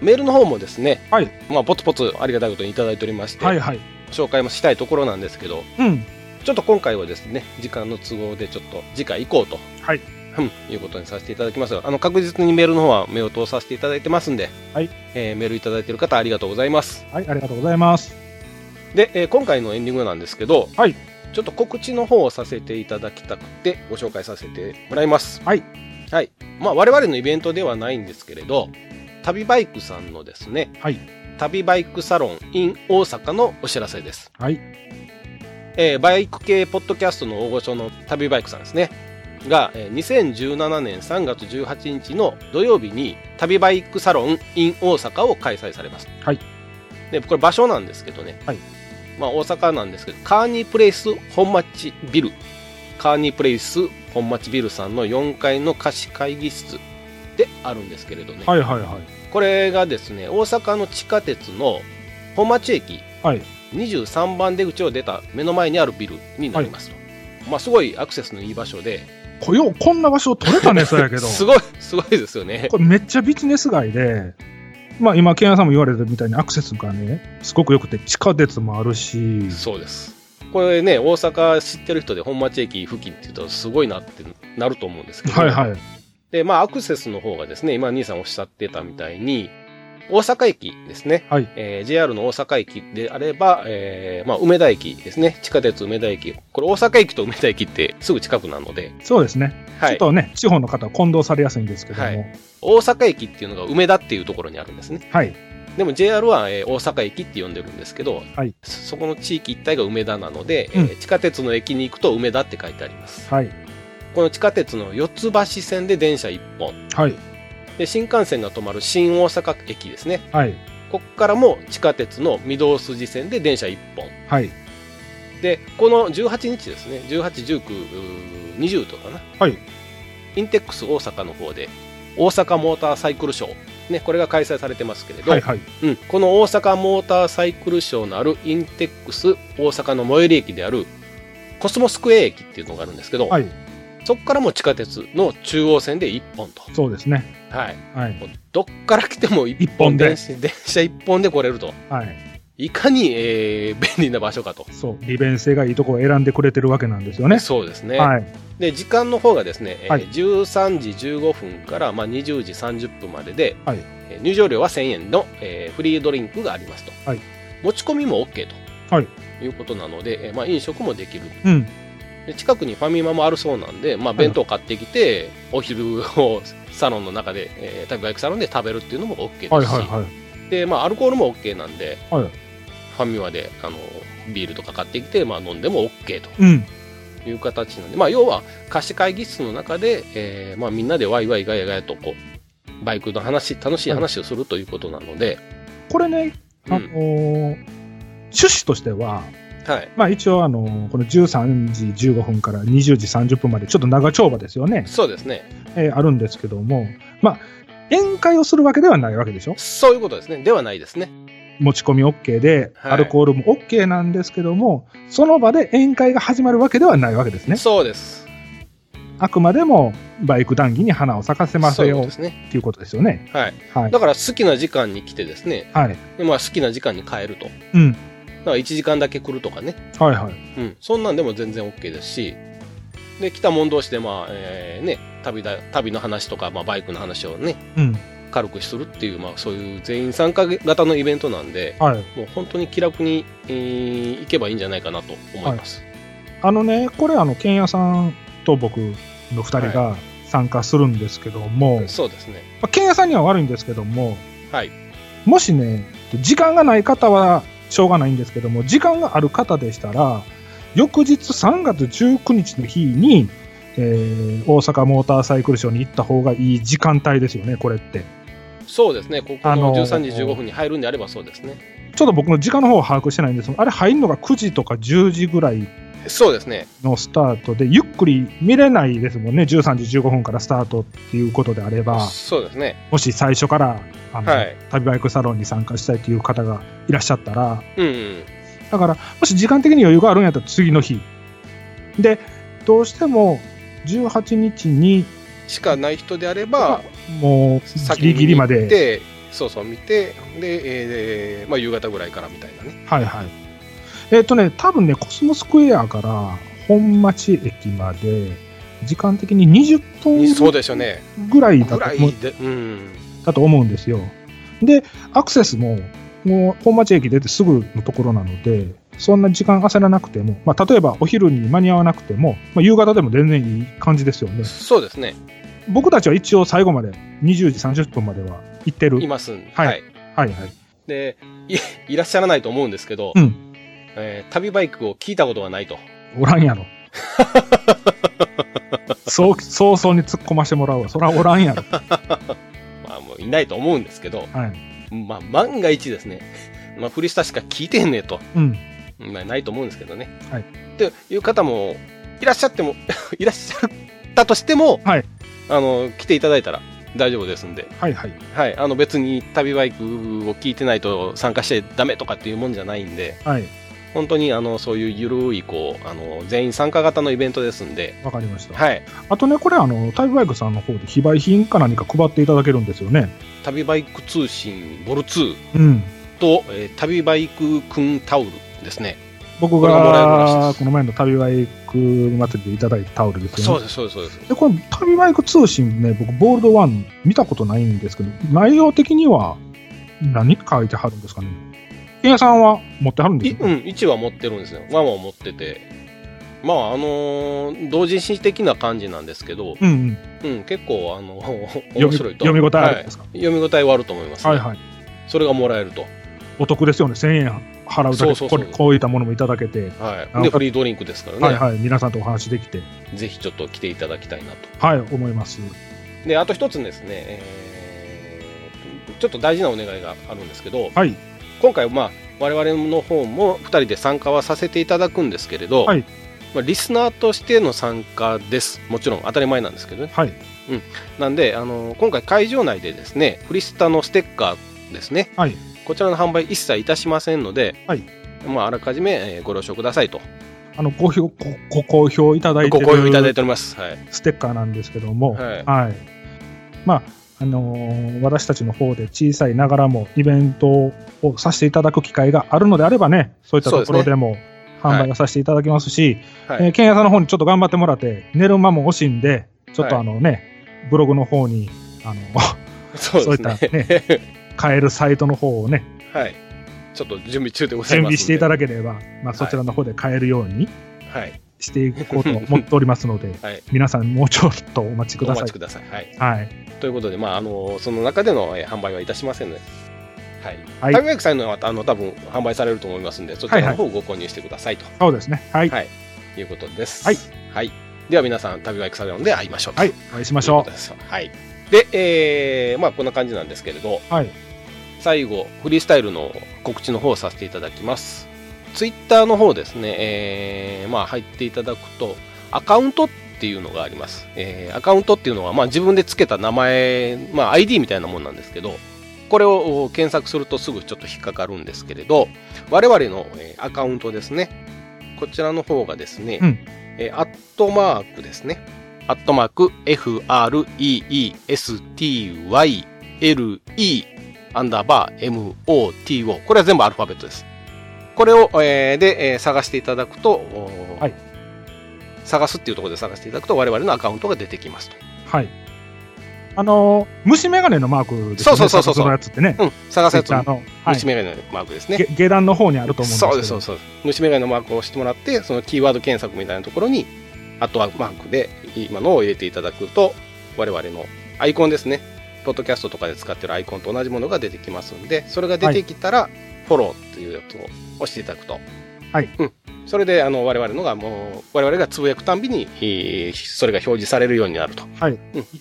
メールの方もですね、はいまあ、ポツポツありがたいことにいただいておりまして、はいはい。紹介もしたいところなんですけど、うん。ちょっと今回はですね、時間の都合でちょっと次回行こうと。はいうんいうことにさせていただきますがあの、確実にメールの方は目を通させていただいてますんで、はいえーメールいただいている方ありがとうございます。はい、ありがとうございます。で、えー今回のエンディングなんですけど、はいちょっと告知の方をさせていただきたくてご紹介させてもらいます。はい、はいまあ、我々のイベントではないんですけれど旅バイクさんのですね、はい旅バイクサロン in 大阪のお知らせです、はい。えーバイク系ポッドキャストの大御所の旅バイクさんですねがえー2017年3月18日の土曜日に旅バイクサロン in 大阪を開催されます、はい、でこれ場所なんですけどねまあ、大阪なんですけど、カーニープレイス本町ビル、カーニープレイス本町ビルさんの4階の貸し会議室であるんですけれどね、はいはいはい。これがですね、大阪の地下鉄の本町駅、はい23番出口を出た目の前にあるビルになりますと。まあ、すごいアクセスのいい場所で、こようこんな場所取れた ね、そうやけど。すごい、すごいですよね。これめっちゃビジネス街で、まあ今、ケンヤさんも言われてるみたいにアクセスがね、すごく良くて、地下鉄もあるし、そうです。これね、大阪知ってる人で本町駅付近って言うとすごいなってなると思うんですけど、はいはい。で、まあ、アクセスの方がですね、今、兄さんおっしゃってたみたいに、大阪駅ですね。はいえー JR の大阪駅であれば、えーまあ、梅田駅ですね。地下鉄梅田駅。これ、大阪駅と梅田駅ってすぐ近くなので、そうですね。はちょいっ。とね、地方の方は混同されやすいんですけども、ははいい。大阪駅っていうのが梅田っていうところにあるんですね。でも JR は、えー大阪駅って呼んでるんですけど、はいそそこの地域一帯が梅田なので、うんえー地下鉄の駅に行くと梅田って書いてあります。はい。この地下鉄の四つ橋線で電車1本。はい。で、新幹線が止まる新大阪駅ですね。はい。こっからも地下鉄の御堂筋線で電車1本。はい。で、この18日ですね、18、19、うー20とかな。はい。インテックス大阪の方で、大阪モーターサイクルショー。ね、これが開催されてますけれど、はい。はい。うん、この大阪モーターサイクルショーのあるインテックス大阪の最寄り駅であるコスモスクエア駅っていうのがあるんですけど、はい。そこからも地下鉄の中央線で1本と。そうですね。はい。はい。もうどっから来ても1一本で電車電車1本で来れると。はい。いかに、えー 便利な場所かと。そう。利便性がいいとこを選んでくれてるわけなんですよね。そうですね。はい。で、時間の方がですね、えーはい13時15分から、まあ、20時30分までで、はいえー入場料は1000円の、えーフリードリンクがありますと。はい持ち込みも OK と、はいい、うことなので、えーまあ、飲食もできる。うん。で近くにファミマもあるそうなんで、まあ、弁当買ってきて、お昼をサロンの中で、えー、タクバイクサロンで食べるっていうのも OK ですし、はい。はい。はい。で、まあ、アルコールも OK なんで、はいファミマで、あの、ビールとか買ってきて、まあ、飲んでも OK と。うん。いう形なんで、まあ、要は貸し会議室の中で、えーまあ、みんなでワイワイガヤガヤとこうバイクの話楽しい話をするということなので、これね、あのー趣旨としては、はい。まあ一応あの、この13時15分から20時30分まで、ちょっと長丁場ですよね、そうですね。えーあるんですけども、まあ、宴会をするわけではないわけでしょそういうことですね。ではないですね。持ち込み OK で、はいアルコールも OK なんですけども、その場で宴会が始まるわけではないわけですね。そうです。あくまでもバイク談義に花を咲かせまそせういうこよとうですね。っていうことですよね。はい。はい。だから好きな時間に来てですね、はい。でまあ好きな時間に帰ると。うん。だから1時間だけ来るとかね。はいはい。うん。そんなんでも全然 OK ですし、で、来た者同士でまあ、えーね、旅だ、旅の話とか、まあバイクの話をね、うん。軽くするっていう、まあそういう全員参加型のイベントなんで、はい。もう本当に気楽に、えー行けばいいんじゃないかなと思います。あのね、これあの、ケンヤさんと僕の二人が参加するんですけども、そうですね。まあ、ケンヤさんには悪いんですけども、はい。もしね、時間がない方はしょうがないんですけども、時間がある方でしたら、翌日3月19日の日に、えー大阪モーターサイクルショーに行った方がいい時間帯ですよね、これって。そうですね。ここあののー13時15分に入るんであればそうですね。ちょっと僕の時間の方を把握してないんですが、あれ入るのが9時とか10時ぐらいそうですね。のスタートで、ゆっくり見れないですもんね、13時15分からスタートっていうことであれば、そうですね。もし最初からあの、はい旅バイクサロンに参加したいという方がいらっしゃったら、うん、うん。だから、もし時間的に余裕があるんやったら次の日。で、どうしても18日にしかない人であれば、もう先ギリにギリま見に行っで、てそうそう、見て、で、えーまあ、夕方ぐらいからみたいなね。はいはい。えっ、とね、多分ね、コスモスクエアから本町駅まで、時間的に20分そうですよね。ぐらいだぐとら思ういで、うん。だと思うんですよ。で、アクセスも、もう本町駅出てすぐのところなので、そんな時間焦らなくても、まあ、例えばお昼に間に合わなくても、まあ、夕方でも全然いい感じですよね。そうですね。僕たちは一応最後まで、20時30分までは行っている。はいますんで。はいはい。はい。で、い、 いらっしゃらないと思うんですけど、うんえー旅バイクを聞いたことがないと。おらんやろ。 そう、早々に突っ込ましてもらうわ。そらおらんやろ。まあ、もういないと思うんですけど、はい。まあ、万が一ですね、まあ、フリスタしか聞いてへんねえと。うん。まあ、ないと思うんですけどね。はいっていう方も、いらっしゃっても、 いらっしゃったとしても、はいあの、来ていただいたら大丈夫ですんで、はいはい。はい。あの、別に旅バイクを聞いてないと参加してダメとかっていうもんじゃないんで、はい。本当に、あの、そういうゆるい、こう、あの、全員参加型のイベントですんで、わかりました。はい。あとね、これ、あの、タイプバイクさんの方で非売品か何か配っていただけるんですよね。旅バイク通信ボル2うん。と、えー旅バイクくんタオルですね。僕これがもらえるらしいがですこの前の旅バイク祭りでいただいたタオルですよね。そうです、そうです、そうです。でこの旅バイク通信ね、僕、ボールドワン見たことないんですけど、内容的には何書いてはるんですかね。ケンヤさんは持ってはるんでいすうか、ん、1は持ってるんですよ。1は持ってて。まあ、あのー同人誌的な感じなんですけど、うん、うんうん、結構、あの読面み白いと。読み応えあるんはでいすか、読み応えはあると思います、はい、はいはいそれがもらえると。お得ですよね。1000円払うだけそでうそうそうこれこういったものもいただけて、はい。あで、のフリードリンクですからね。はいはい、皆さんとお話できて、ぜひちょっと来ていただきたいなと。はい、思います。で、あと一つですね、えーちょっと大事なお願いがあるんですけど、はい、今回、まあ、我々の方も2人で参加はさせていただくんですけれど、はいまあ、リスナーとしての参加です。もちろん当たり前なんですけどね。はい、なんで、あの今回会場内でですね、フリスタのステッカーですね、はいこちらの販売一切いたしませんので、はいまあ、あらかじめえーご了承くださいと、あのご評ごご好評いただいてごる好評いただいております。はい。ステッカーなんですけども、はいまああのー私たちの方で小さいながらもイベントをさせていただく機会があるのであればね、そういったとこそうですねろでも販売をさせていただきますし、はいえー、ケンヤさんの方にちょっと頑張ってもらって、寝る間も惜しんで、ちょっとはあいのね、ブログの方に、あのそうそういっでたすね。ね、買えるサイトの方をね、 はい。ちょっと準備中でござい準ますんで。備していただければ、まあ、そちらの方で買えるようにはい。していこうと思っておりますので、 はい皆さんもうちょっとお待ちくおだ待さいちく。ださい。はい。はい。ということで、まあ、あのその中でのえー販売はいたしませんので、はい。はいタグ薬さんのはあの多分販売されると思いますので、そちらの方をご購入してくださいとそうですね。はい。はいいうことです。はい。はい。では皆さん、旅バイクサロンで会いましょうと。はい。お会いしましょということですはい。で、えー、まあ、こんな感じなんですけれど、う。はい。最後、フリースタイルの告知の方をさせていただきます。ツイッターの方ですね、えーまあ、入っていただくと、アカウントっていうのがあります。えーアカウントっていうのは、まあ、自分で付けた名前、まあ、ID みたいなもんなんですけど、これをお検索するとすぐちょっと引っかかるんですけれど、我々の、えーアカウントですね、こちらの方がですね、うんえーアットマークですね、アットマーク FREESTYLE アンダーバー MOTO。これは全部アルファベットです。これを、えーで、えー探していただくと、おーはい探すっていうところで探していただくと、我々のアカウントが出てきますと。はい。あのー虫眼鏡のマークですそようね。そうそうそうそのやつってね。うん、探すやつ、 Twitter の、はい虫眼鏡のマークですね。げ下段の方にあると思うんですけど。そうです、そうです。虫眼鏡のマークを押してもらって、そのキーワード検索みたいなところに、あとはマークで今のを入れていただくと、我々のアイコンですね。ポッドキャストとかで使ってるアイコンと同じものが出てきますんで、それが出てきたら、フォローっていうやつを押していただくと。はい。うん。それで、あの、我々のがもう、我々がつぶやくたんびに、えーそれが表示されるようになると。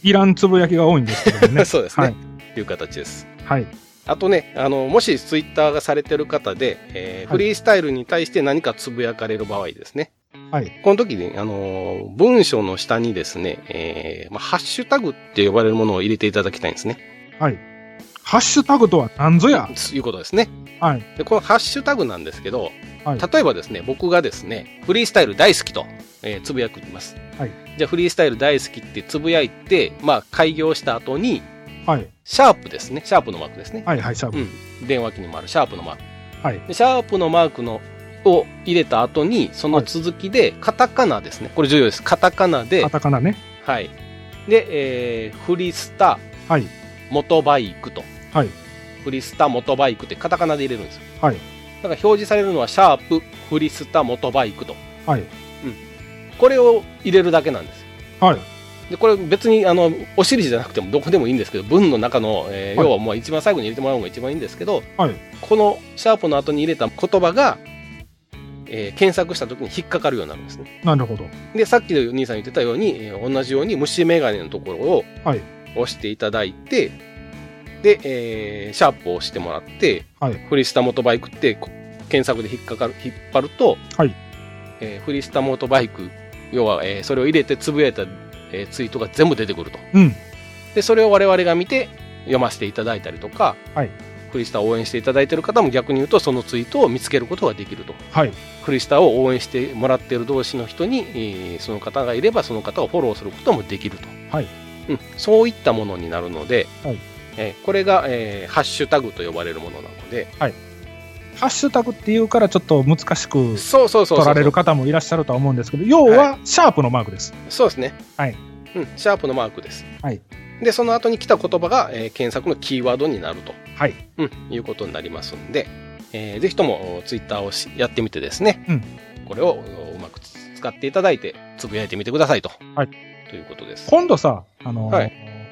いらんつぶやきが多いんですけども ね。そうですね。はいい、いう形です。はい。あとね、あの、もしツイッターがされてる方で、えーはフいリースタイルに対して何かつぶやかれる場合ですね。はい。この時に、あのー、文章の下にですね、えーまあ、ハッシュタグって呼ばれるものを入れていただきたいんですね。ハッシュタグとは何ぞや。ということですね。はい。で、このハッシュタグなんですけど、はい例えばですね、僕がですね、フリースタイル大好きと、えーつぶやきます。はいじゃあ、フリースタイル大好きってつぶやいて、まあ、開業した後に、はい。シャープですね、シャープのマークですね。はい、はい、シャープ。うん、電話機にもあるシャープのマーク。はいでシャープのマークのを入れた後に、その続きで、カタカナですね。これ重要です。カタカナでカ、タカナね。はい。で、えーフリスタ、はい。元バイクと。はい。フリスタ、元バイクってカタカナで入れるんですよ。はい。だから表示されるのは、シャープ、フリスタ、元バイクと。はい。これを入れるだけなんですよ。はい。で、これ別に、あの、お尻じゃなくてもどこでもいいんですけど、文の中の、えーはい要はもう一番最後に入れてもらうのが一番いいんですけど、はいこのシャープの後に入れた言葉が、えー検索した時に引っかかるようになるんですね。なるほど。で、さっきの兄さん言ってたように、えー同じように虫眼鏡のところをはい押していただいて、で、えーシャープを押してもらって、はいフリスタモトバイクってこ検索で引っかかる、引っ張ると、はいえーフリスタモトバイク、要は、えーそれを入れてつぶやいた、えーツイートが全部出てくると。うん。で、それを我々が見て読ませていただいたりとか、はいフリスタを応援していただいている方も逆に言うと、そのツイートを見つけることができると。はい。フリスタを応援してもらっている同士の人に、えーその方がいればその方をフォローすることもできると、はいうん、そういったものになるので、はいえーこれが、えーハッシュタグと呼ばれるものなのでハッシュタグっていうからちょっと難しくそうそうそう取そらうれる方もいらっしゃるとは思うんですけど、要はシャープのマークです。そうですね、はいうん、シャープのマークです、はいでその後に来た言葉が、えー検索のキーワードになると、はいうん、いうことになりますんで、えーぜひともツイッターをしやってみてですね、うんこれをうまく使っていただいてつぶやいてみてくださいと、はいということです今度さ、あの、は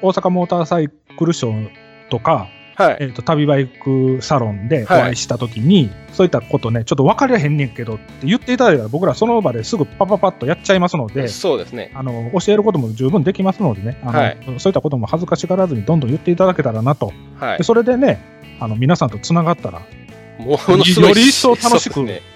大阪モーターサイクルショーとか、はいえっ、と、旅バイクサロンでおはい会いしたときに、そういったことね、ちょっと分かりゃへんねんけどって言っていただいたら、僕らその場ですぐパパパッとやっちゃいますので、そうですね。あの、教えることも十分できますのでね、あのはいそういったことも恥ずかしがらずにどんどん言っていただけたらなと。はいで。それでね、あの、皆さんと繋がったら、ものすごい。より一層楽しくそうですね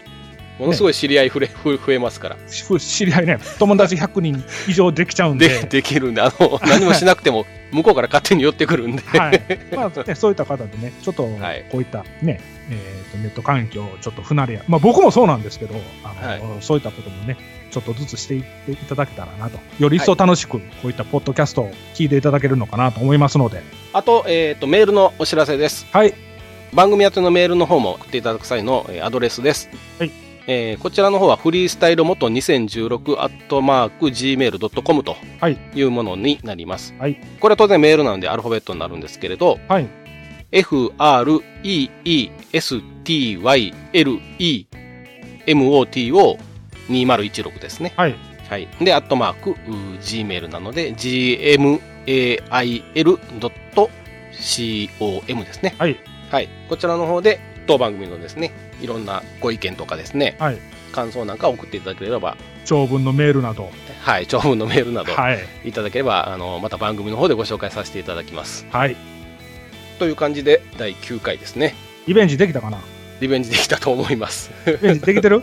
ものすごい知り合い増えふ増えますから。し知り合いね、友達100人以上できちゃうんで。で、できるんで、あの、何もしなくても、向こうから勝手に寄ってくるんで。 はい。まあ、ね、そういった方でね、ちょっと、はいこういったね、えーと、ネット環境をちょっと不慣れや、まあ僕もそうなんですけど、あの、そういったこともね、ちょっとずつしていっていただけたらなと。より一層楽しく、こういったポッドキャストを聞いていただけるのかなと思いますので。あと、えっ、と、メールのお知らせです。はい。番組宛てのメールの方も送っていただく際のえーアドレスです。はいえーこちらの方はフリースタイル元2016アットマーク gmail.com とはいいうものになります。はいこれは当然メールなのでアルファベットになるんですけれど、はい freestylemoto2016 ですね。はい。はい。で、アットマーク、うー gmail なので、gmail.com ですね。はい。はい。こちらの方で、当番組のですね、いろんなご意見とかですね、はい感想なんか送っていただければ、長文のメールなど。はい、長文のメールなどはい。いただければ、あの、また番組の方でご紹介させていただきます。はい。という感じで、第9回ですね。リベンジできたかなリベンジできたと思います。えできてる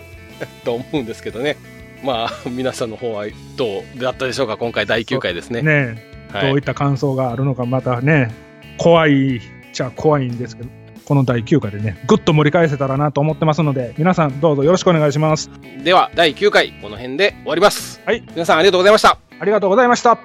と思うんですけどね。まあ、皆さんの方はどうだったでしょうか今回第9回ですね。 ねえ、はどういい、った感想があるのか、またね、怖いっちゃ怖いんですけど、この第9回でね、ぐっと盛り返せたらなと思ってますので、皆さんどうぞよろしくお願いします。では、第9回、この辺で終わります。はい。皆さんありがとうございました。ありがとうございました。